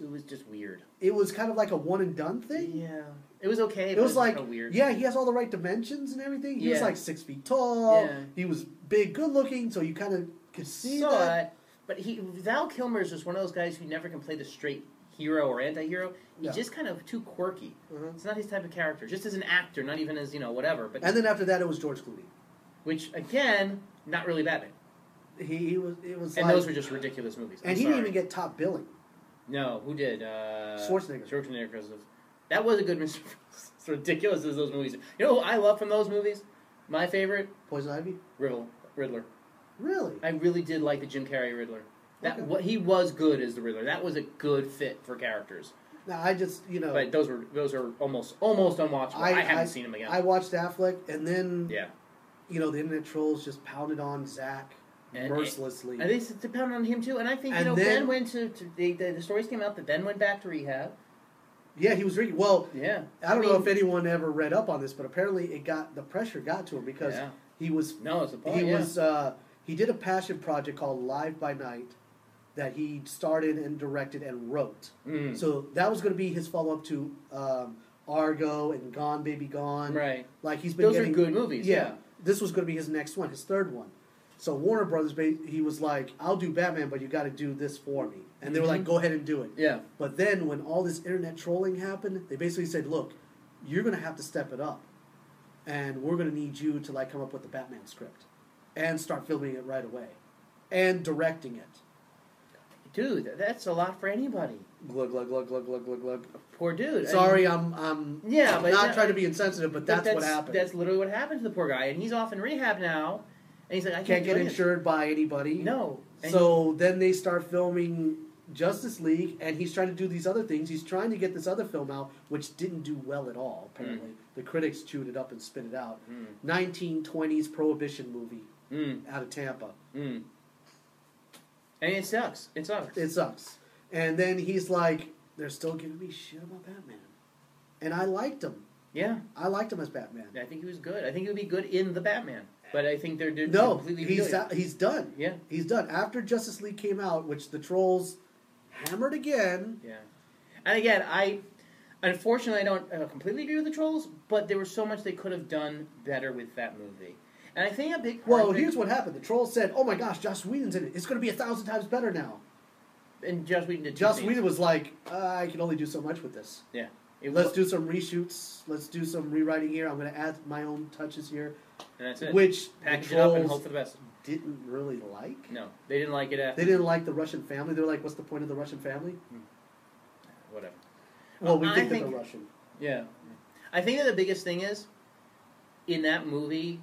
S3: It was just weird.
S2: It was kind of like a one and done thing.
S3: Yeah. It was okay.
S2: It
S3: but
S2: was like,
S3: kinda weird.
S2: yeah, he has all the right dimensions and everything. He was
S3: Yeah.
S2: like six feet tall.
S3: Yeah.
S2: He was big, good looking, so you kind of could see
S3: saw
S2: that.
S3: it, but he Val Kilmer is just one of those guys who never can play the straight hero or anti-hero. He's
S2: Yeah.
S3: just kind of too quirky.
S2: Mhm.
S3: It's not his type of character. Just as an actor, not even as you know whatever. But
S2: And then after that, it was George Clooney.
S3: which again, not really Batman.
S2: He, he was. It was.
S3: And
S2: like,
S3: those were just ridiculous movies. I'm
S2: and he
S3: sorry.
S2: didn't even get top billing.
S3: no. Who did uh,
S2: Schwarzenegger.
S3: Schwarzenegger. was- That was a good Mr. Freeze. *laughs* It's ridiculous as those movies. You know who I love from those movies? My favorite
S2: Poison Ivy.
S3: Riddle, Riddler.
S2: Really?
S3: I really did like the Jim Carrey Riddler. That
S2: Okay.
S3: what he was good as the Riddler. That was a good fit for characters.
S2: Now I just you know
S3: But those were those are almost almost unwatchable. I,
S2: Oh. I-
S3: haven't
S2: I-
S3: seen him again.
S2: I watched Affleck, and then
S3: yeah,
S2: you know the internet trolls just pounded on Zach
S3: And-
S2: mercilessly.
S3: and they s- depend on him too. And I think you
S2: And
S3: know
S2: then-
S3: Ben went to, to they, the, the stories came out that Ben went back to rehab.
S2: yeah, he was drinking. Well,
S3: Yeah,
S2: I don't know
S3: mean,
S2: if anyone ever read up on this, but apparently it got the pressure got to him because
S3: Yeah.
S2: he was
S3: no, it's a point.
S2: he
S3: yeah.
S2: was uh, he did a passion project called Live by Night that he started and directed and wrote.
S3: Mm.
S2: So that was going to be his follow up to um, Argo and Gone Baby Gone.
S3: right.
S2: Like he's been
S3: Those
S2: getting
S3: are good movies.
S2: Yeah,
S3: Yeah,
S2: this was going to be his next one, his third one. So Warner Brothers, ba- he was like, "I'll do Batman, but you got to do this for me." And they were like,
S3: Mhm.
S2: "Go ahead and do it."
S3: yeah,
S2: But then, when all this internet trolling happened, they basically said, "Look, you're going to have to step it up, and we're going to need you to like come up with the Batman script, and start filming it right away, and directing it."
S3: dude, th- that's a lot for anybody.
S2: Glug glug glug glug glug glug glug.
S3: Poor dude. I
S2: Sorry, I'm I'm
S3: Yeah, but
S2: not
S3: that-
S2: trying to be insensitive, but
S3: But
S2: that's, what happened.
S3: That's literally what happened to the poor guy, and he's off in rehab now. And he's like, I can't,
S2: Can't get
S3: do this.
S2: insured by anybody.
S3: No. And
S2: So then they start filming Justice League, and he's trying to do these other things. He's trying to get this other film out, which didn't do well at all, apparently. The critics chewed it up and spit it out.
S3: Mm.
S2: 1920s Prohibition movie
S3: Mm,
S2: out of Tampa.
S3: mm. And it sucks. It sucks.
S2: It sucks. And then he's like, they're still giving me shit about Batman. And I liked him.
S3: yeah.
S2: I liked him as Batman.
S3: I think he was good. I think he would be good in the Batman. But I think they're, they're
S2: No,
S3: completely
S2: he's,
S3: revealing.
S2: do- he's done.
S3: Yeah,
S2: He's done. After Justice League came out, which the trolls hammered again.
S3: yeah. And again, I unfortunately I don't uh, completely agree with the trolls, but there was so much they could have done better with that movie. And I think a big part
S2: Well,
S3: of it-
S2: here's what happened. The troll said, "Oh my gosh, Joss Whedon's in it. It's going to be a thousand times better now."
S3: and Joss Whedon did two
S2: Joss
S3: things.
S2: Whedon was like, "Uh, "I can only do so much with this.
S3: Yeah, it
S2: Let's
S3: was,
S2: do some reshoots. Let's do some rewriting here. I'm going to add my own touches here,"
S3: and that's it.
S2: which the
S3: Package it up and
S2: trolls
S3: hope for the best.
S2: didn't really like.
S3: No, they didn't like it after.
S2: They didn't like the Russian family. They were like, "What's the point of the Russian family?"
S3: Whatever.
S2: Well, we
S3: I
S2: think, that
S3: think-
S2: they're Russian.
S3: Yeah. I think that the biggest thing is in that movie,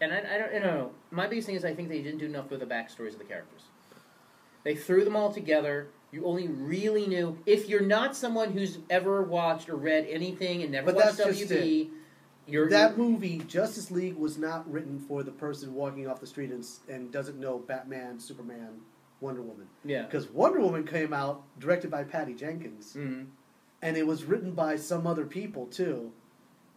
S3: and I, I, don't, I don't know, my biggest thing is I think they didn't do enough with the backstories of the characters. They threw them all together. You only really knew if you're not someone who's ever watched or read anything and never
S2: But
S3: watched
S2: that's
S3: WB,
S2: just
S3: you're
S2: That movie, Justice League, was not written for the person walking off the street and, s- and doesn't know Batman, Superman, Wonder Woman.
S3: yeah.
S2: Because Wonder Woman came out directed by Patty Jenkins.
S3: hmm
S2: and it was written by some other people too.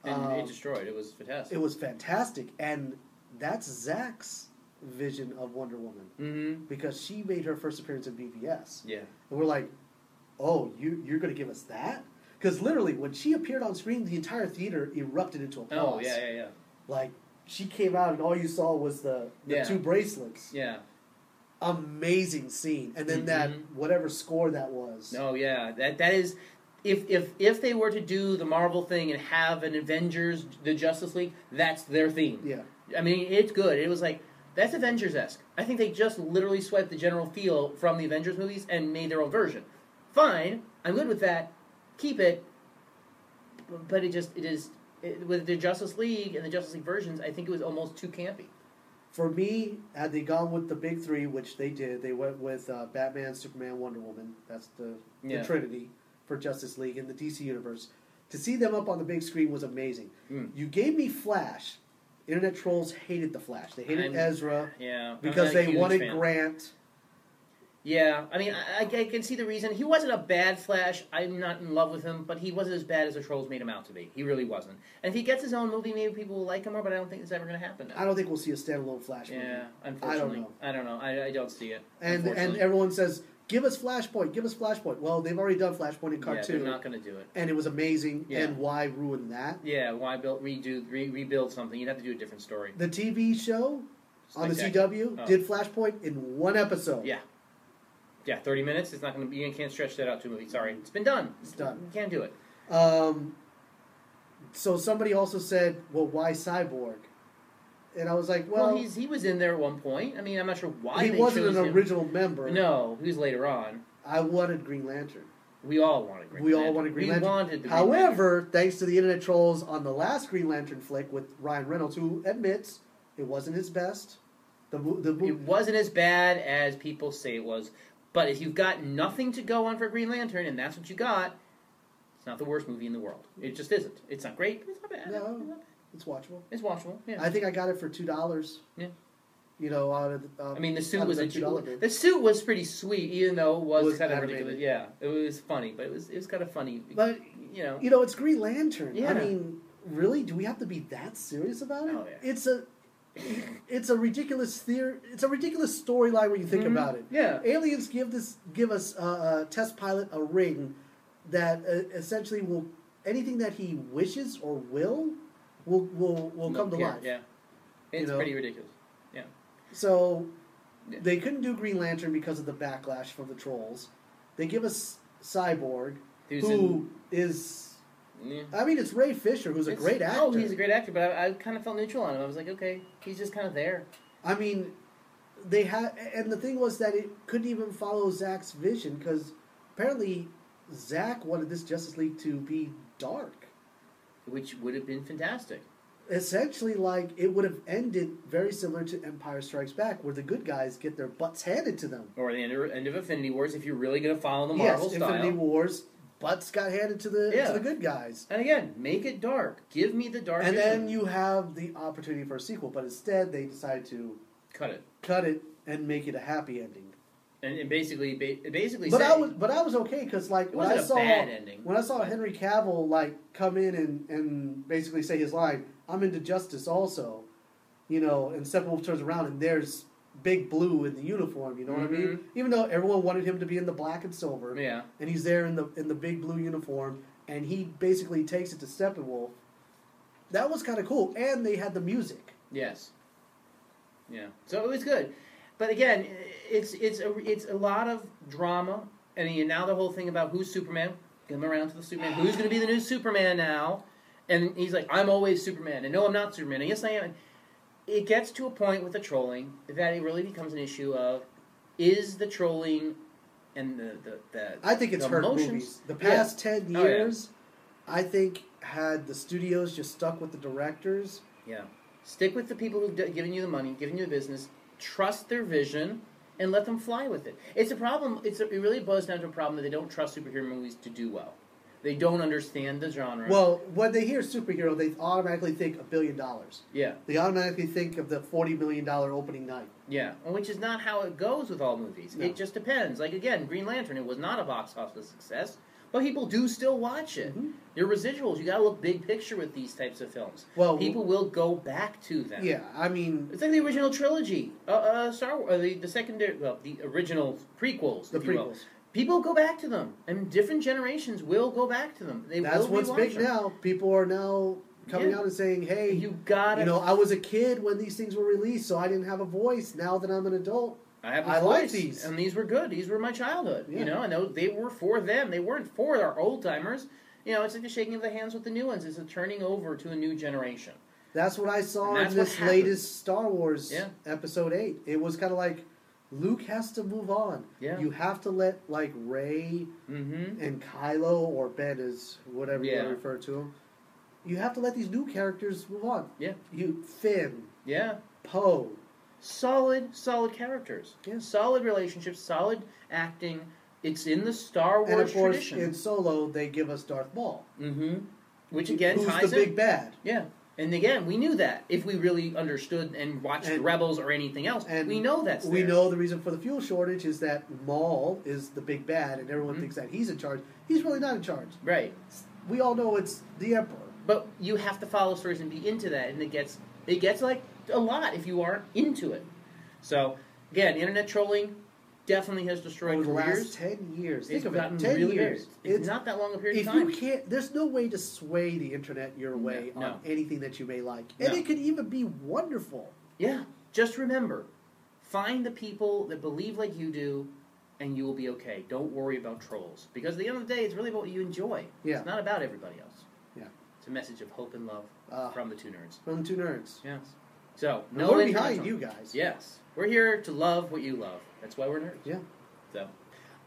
S3: And
S2: Um,
S3: it destroyed. It was fantastic.
S2: It was fantastic, and that's Zach's vision of Wonder Woman
S3: mm-hmm.
S2: because she made her first appearance in BVS,
S3: Yeah.
S2: and we're like, "Oh, you you're gonna give us that?" Because literally, when she appeared on screen, the entire theater erupted into applause.
S3: Oh yeah, yeah, yeah,
S2: Like she came out, and all you saw was the, the
S3: Yeah.
S2: two bracelets.
S3: yeah.
S2: Amazing scene, and then that
S3: Mhm.
S2: whatever score that was.
S3: No, Oh, yeah, that that is. If if if they were to do the Marvel thing and have an Avengers, the Justice League, that's their theme.
S2: Yeah.
S3: I mean, it's good. It was like that's Avengers esque. I think they just literally swiped the general feel from the Avengers movies and made their own version. Fine, I'm good with that. Keep it. But it just it is it, with the Justice League and the Justice League versions. I think it was almost too campy.
S2: For me, had they gone with the big three, which they did, they went with uh, Batman, Superman, Wonder Woman. That's the,
S3: Yeah.
S2: the Trinity for Justice League in the DC universe. To see them up on the big screen was amazing.
S3: Mm.
S2: You gave me Flash. Internet trolls hated the Flash. They hated
S3: I'm-
S2: Ezra
S3: Yeah, I'm
S2: because
S3: not
S2: they
S3: a huge
S2: wanted
S3: fan.
S2: Grant.
S3: Yeah, I mean, I, I can see the reason. He wasn't a bad Flash. I'm not in love with him, but he wasn't as bad as the trolls made him out to be. He really wasn't. And if he gets his own movie, maybe people will like him more. But I don't think it's ever going to happen.
S2: I don't think we'll see a standalone Flash
S3: yeah,
S2: movie.
S3: unfortunately,
S2: know.
S3: I don't know. I, I don't see it.
S2: And and
S3: unfortunately.
S2: everyone says, "Give us Flashpoint, give us Flashpoint." Well, they've already done Flashpoint in
S3: yeah,
S2: cartoon,
S3: they're not going to do it.
S2: and it was amazing.
S3: Yeah.
S2: And why ruin that?
S3: Yeah, why build redo re, rebuild something? You'd have to do a different story.
S2: The TV show
S3: Just
S2: on
S3: like
S2: the
S3: that.
S2: CW
S3: Oh.
S2: did Flashpoint in one episode.
S3: Yeah. Yeah, 30 minutes. It's not going to be. You can't stretch that out to a movie. Sorry. It's been done.
S2: It's done.
S3: You can't do it.
S2: Um, so somebody also said, "Well, why Cyborg?" And I was like,
S3: Well,
S2: "Well,
S3: he's, he was in there at one point. I mean, I'm not sure why
S2: he
S3: they
S2: wasn't
S3: chose
S2: an
S3: him.
S2: original member."
S3: No, he was later on.
S2: I wanted Green Lantern.
S3: We all wanted Green
S2: we
S3: Lantern.
S2: all wanted Green
S3: we
S2: Lantern.
S3: wanted the Green Lantern.
S2: However, thanks to the internet trolls on the last Green Lantern flick with Ryan Reynolds, who admits it wasn't his best. The mo- the mo-
S3: it wasn't as bad as people say it was. But if you've got nothing to go on for Green Lantern, and that's what you got, it's not the worst movie in the world. It just isn't. It's not great, but it's not bad.
S2: No. it's watchable.
S3: It's watchable. Yeah.
S2: I think I got it for two dollars.
S3: Yeah.
S2: You know, out of the, um,
S3: I mean, the
S2: out
S3: suit
S2: of
S3: was
S2: the
S3: a
S2: $2
S3: ju-
S2: bid.
S3: the suit was pretty sweet, even though it was,
S2: Was
S3: kind of
S2: animated.
S3: ridiculous. Yeah, it was funny, but it was it was kind of funny.
S2: But
S3: you know,
S2: you know, it's Green Lantern.
S3: Yeah.
S2: I mean, really, do we have to be that serious about it?
S3: Oh, yeah.
S2: It's a it's a ridiculous theory. It's a ridiculous storyline when you think
S3: Mhm.
S2: about it.
S3: Yeah,
S2: Aliens give this give us uh, a test pilot a ring that uh, essentially will anything that he wishes or will will will, will come to
S3: yeah,
S2: life.
S3: Yeah,
S2: You
S3: it's
S2: know?
S3: pretty ridiculous.
S2: So
S3: Yeah.
S2: they couldn't do Green Lantern because of the backlash from the trolls. They give us Cyborg,
S3: He was
S2: who is
S3: in- yeah.
S2: I mean it's Ray Fisher, who's a
S3: It's-
S2: great actor.
S3: Oh, he's a great actor, but I, I kind of felt neutral on him. I was like, okay, he's just kind of there.
S2: I mean, they had, and the thing was that it couldn't even follow Zack's vision because apparently Zack wanted this Justice League to be dark.
S3: Which would have been fantastic.
S2: Essentially, like it would have ended very similar to Empire Strikes Back, where the good guys get their butts handed to them.
S3: Or the end of, end of Infinity Wars, if you're really going to follow the
S2: yes,
S3: Marvel style.
S2: Infinity Wars butts got handed to the
S3: Yeah.
S2: to the good guys,
S3: And again, make it dark. Give me the dark.
S2: and
S3: vision.
S2: then you have the opportunity for a sequel. But instead, they decide to
S3: cut it.
S2: cut it and make it a happy ending.
S3: And, and basically, ba- basically,
S2: But
S3: say,
S2: I was but I was okay because like
S3: it
S2: when I
S3: wasn't a
S2: saw
S3: bad ending.
S2: When I saw Henry Cavill like come in and, and basically say his line, I'm into justice also, you know, and Steppenwolf turns around and there's Big Blue in the uniform, you know what I mean? Even though everyone wanted him to be in the black and silver,
S3: Mm-hmm. yeah.
S2: and he's there in the in the big blue uniform, and he basically takes it to Steppenwolf. That was kind of cool, and they had the music.
S3: Yes. Yeah. So it was good, but again, it's it's a it's a lot of drama. I mean, now the whole thing about who's Superman. Come around to the Superman. Who's going to be the new Superman now? And he's like, I'm always Superman, and no, I'm not Superman. And yes, I am. And It gets to a point with the trolling that it really becomes an issue of is the trolling and the the, the
S2: I think it's
S3: the
S2: hurt
S3: emotions-
S2: movies. The
S3: Yeah.
S2: past ten
S3: Oh, yeah.
S2: years, I think had the studios just stuck with the directors.
S3: Yeah. Stick with the people who've d- given you the money, given you the business. Trust their vision and let them fly with it. It's a problem. It's a, it really boils down to a problem that they don't trust superhero movies to do well. They don't understand the genre.
S2: Well, when they hear superhero, they automatically think a billion dollars.
S3: yeah,
S2: They automatically think of the forty million dollar opening night.
S3: yeah, And which is not how it goes with all movies.
S2: No.
S3: It just depends. Like again, Green Lantern, it was not a box office success, but people do still watch it.
S2: Mhm.
S3: Your residuals, you got to look big picture with these types of films.
S2: Well,
S3: People will go back to them.
S2: yeah, I mean
S3: It's like the original trilogy, uh, uh, Star Wars, uh, the, the secondary, well, the original prequels,
S2: the
S3: if you will.
S2: prequels.
S3: People go back to them, and different generations will go back to them. They
S2: That's
S3: will
S2: what's
S3: rewatch
S2: big
S3: them.
S2: now. People are now coming
S3: Yeah.
S2: out and saying, "Hey,
S3: And
S2: you,
S3: You gotta.
S2: know, I was a kid when these things were released, so I didn't have a voice. Now that I'm an adult,
S3: I have. a
S2: I like
S3: voice,
S2: these.
S3: and these were good. These were my childhood.
S2: Yeah.
S3: You know, and those, they were for them. They weren't for our old timers. You know, it's like the shaking of the hands with the new ones. It's a turning over to a new generation.
S2: That's what I saw
S3: And
S2: in
S3: that's what
S2: this
S3: happened.
S2: latest Star Wars
S3: Yeah.
S2: episode eight. It was kind of like Luke has to move on.
S3: Yeah.
S2: You have to let like Ray
S3: Mm-hmm.
S2: and Kylo or Ben is whatever you want
S3: Yeah.
S2: to refer to him. You have to let these new characters move on.
S3: Yeah.
S2: You Finn,
S3: Yeah.
S2: Poe.
S3: solid, solid characters,
S2: Yeah.
S3: solid relationships, solid acting. It's in the Star
S2: And
S3: Wars
S2: of course
S3: tradition,
S2: in solo they give us Darth Maul.
S3: hmm which again
S2: who's
S3: ties
S2: the
S3: in.
S2: big bad.
S3: yeah, And again, we knew that if we really understood and watched
S2: And-
S3: Rebels or anything else,
S2: and
S3: we know that's
S2: We
S3: there.
S2: know the reason for the fuel shortage is that Maul is the big bad, and everyone
S3: Mhm.
S2: thinks that he's in charge. He's really not in charge.
S3: right.
S2: We all know it's the Emperor.
S3: But you have to follow stories and be into that, and it gets it gets like a lot if you aren't into it. So again, internet trolling definitely has destroyed
S2: Over the last
S3: careers.
S2: ten years,
S3: it's
S2: think about
S3: gotten
S2: it, ten
S3: really
S2: years.
S3: big. It's, not that long a period
S2: if
S3: of time.
S2: you can't. There's no way to sway the internet your way
S3: No.
S2: on anything that you may like, and
S3: No.
S2: it could even be wonderful.
S3: Yeah, just remember, find the people that believe like you do, and you will be okay. Don't worry about trolls because at the end of the day, it's really about what you enjoy.
S2: Yeah.
S3: it's not about everybody else.
S2: Yeah.
S3: it's a message of hope and love
S2: Uh,
S3: from the two nerds.
S2: from two nerds.
S3: Yes. So
S2: No,
S3: no
S2: we're
S3: internet
S2: behind
S3: trolls.
S2: you guys.
S3: Yes, we're here to love what you love. That's why we're nerds.
S2: Yeah.
S3: So,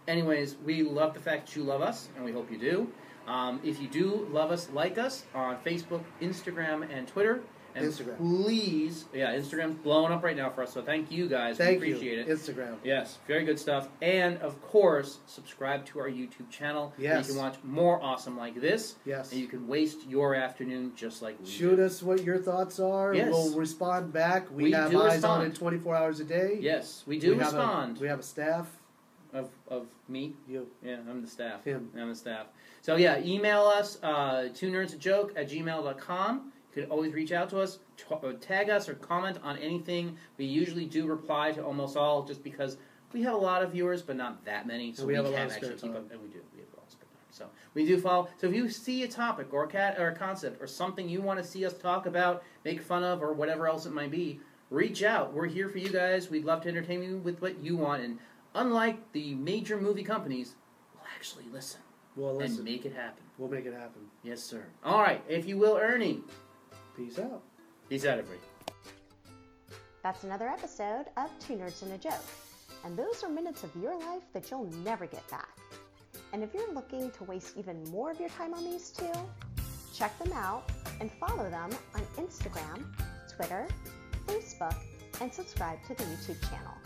S3: anyways, we love the fact that you love us, and we hope you do. Um, if you do love us, like us on Facebook, Instagram, and Twitter. And
S2: Instagram.
S3: Please, yeah, Instagram's blowing up right now for us. So thank you guys.
S2: Thank
S3: we appreciate
S2: you.
S3: it.
S2: Instagram.
S3: Yes, very good stuff. And of course, subscribe to our YouTube channel. where
S2: Yes.
S3: you can watch more awesome like this,
S2: Yes.
S3: and you can waste your afternoon just like we
S2: Shoot
S3: do.
S2: us what your thoughts are.
S3: Yes.
S2: We'll respond back. We,
S3: We
S2: have
S3: do
S2: eyes on
S3: respond.
S2: it 24 hours a day.
S3: Yes, we do
S2: We have a-
S3: respond.
S2: we have a staff.
S3: of of me.
S2: You.
S3: Yeah, I'm the staff.
S2: Him.
S3: I'm the staff. So yeah, email us, uh, two nerds a joke at gmail.com. You can always reach out to us, t- uh, tag us, or comment on anything. We usually do reply to almost all, just because we have a lot of viewers, but not that many, so
S2: And we have a lot
S3: can
S2: of spare
S3: actually keep
S2: time.
S3: up. And we do, we have a lot of spare time. So we do follow. So if you see a topic or a cat or a concept or something you want to see us talk about, make fun of, or whatever else it might be, reach out. We're here for you guys. We'd love to entertain you with what you want. And unlike the major movie companies, we'll actually listen,
S2: Well, listen,
S3: and make it happen.
S2: we'll make it happen.
S3: Yes, sir. All right, if you will, Ernie.
S2: Peace out.
S3: Peace out, everybody.
S1: That's another episode of Two Nerds and a Joke. And those are minutes of your life that you'll never get back. And if you're looking to waste even more of your time on these two, check them out and follow them on Instagram, Twitter, Facebook, and subscribe to the YouTube channel.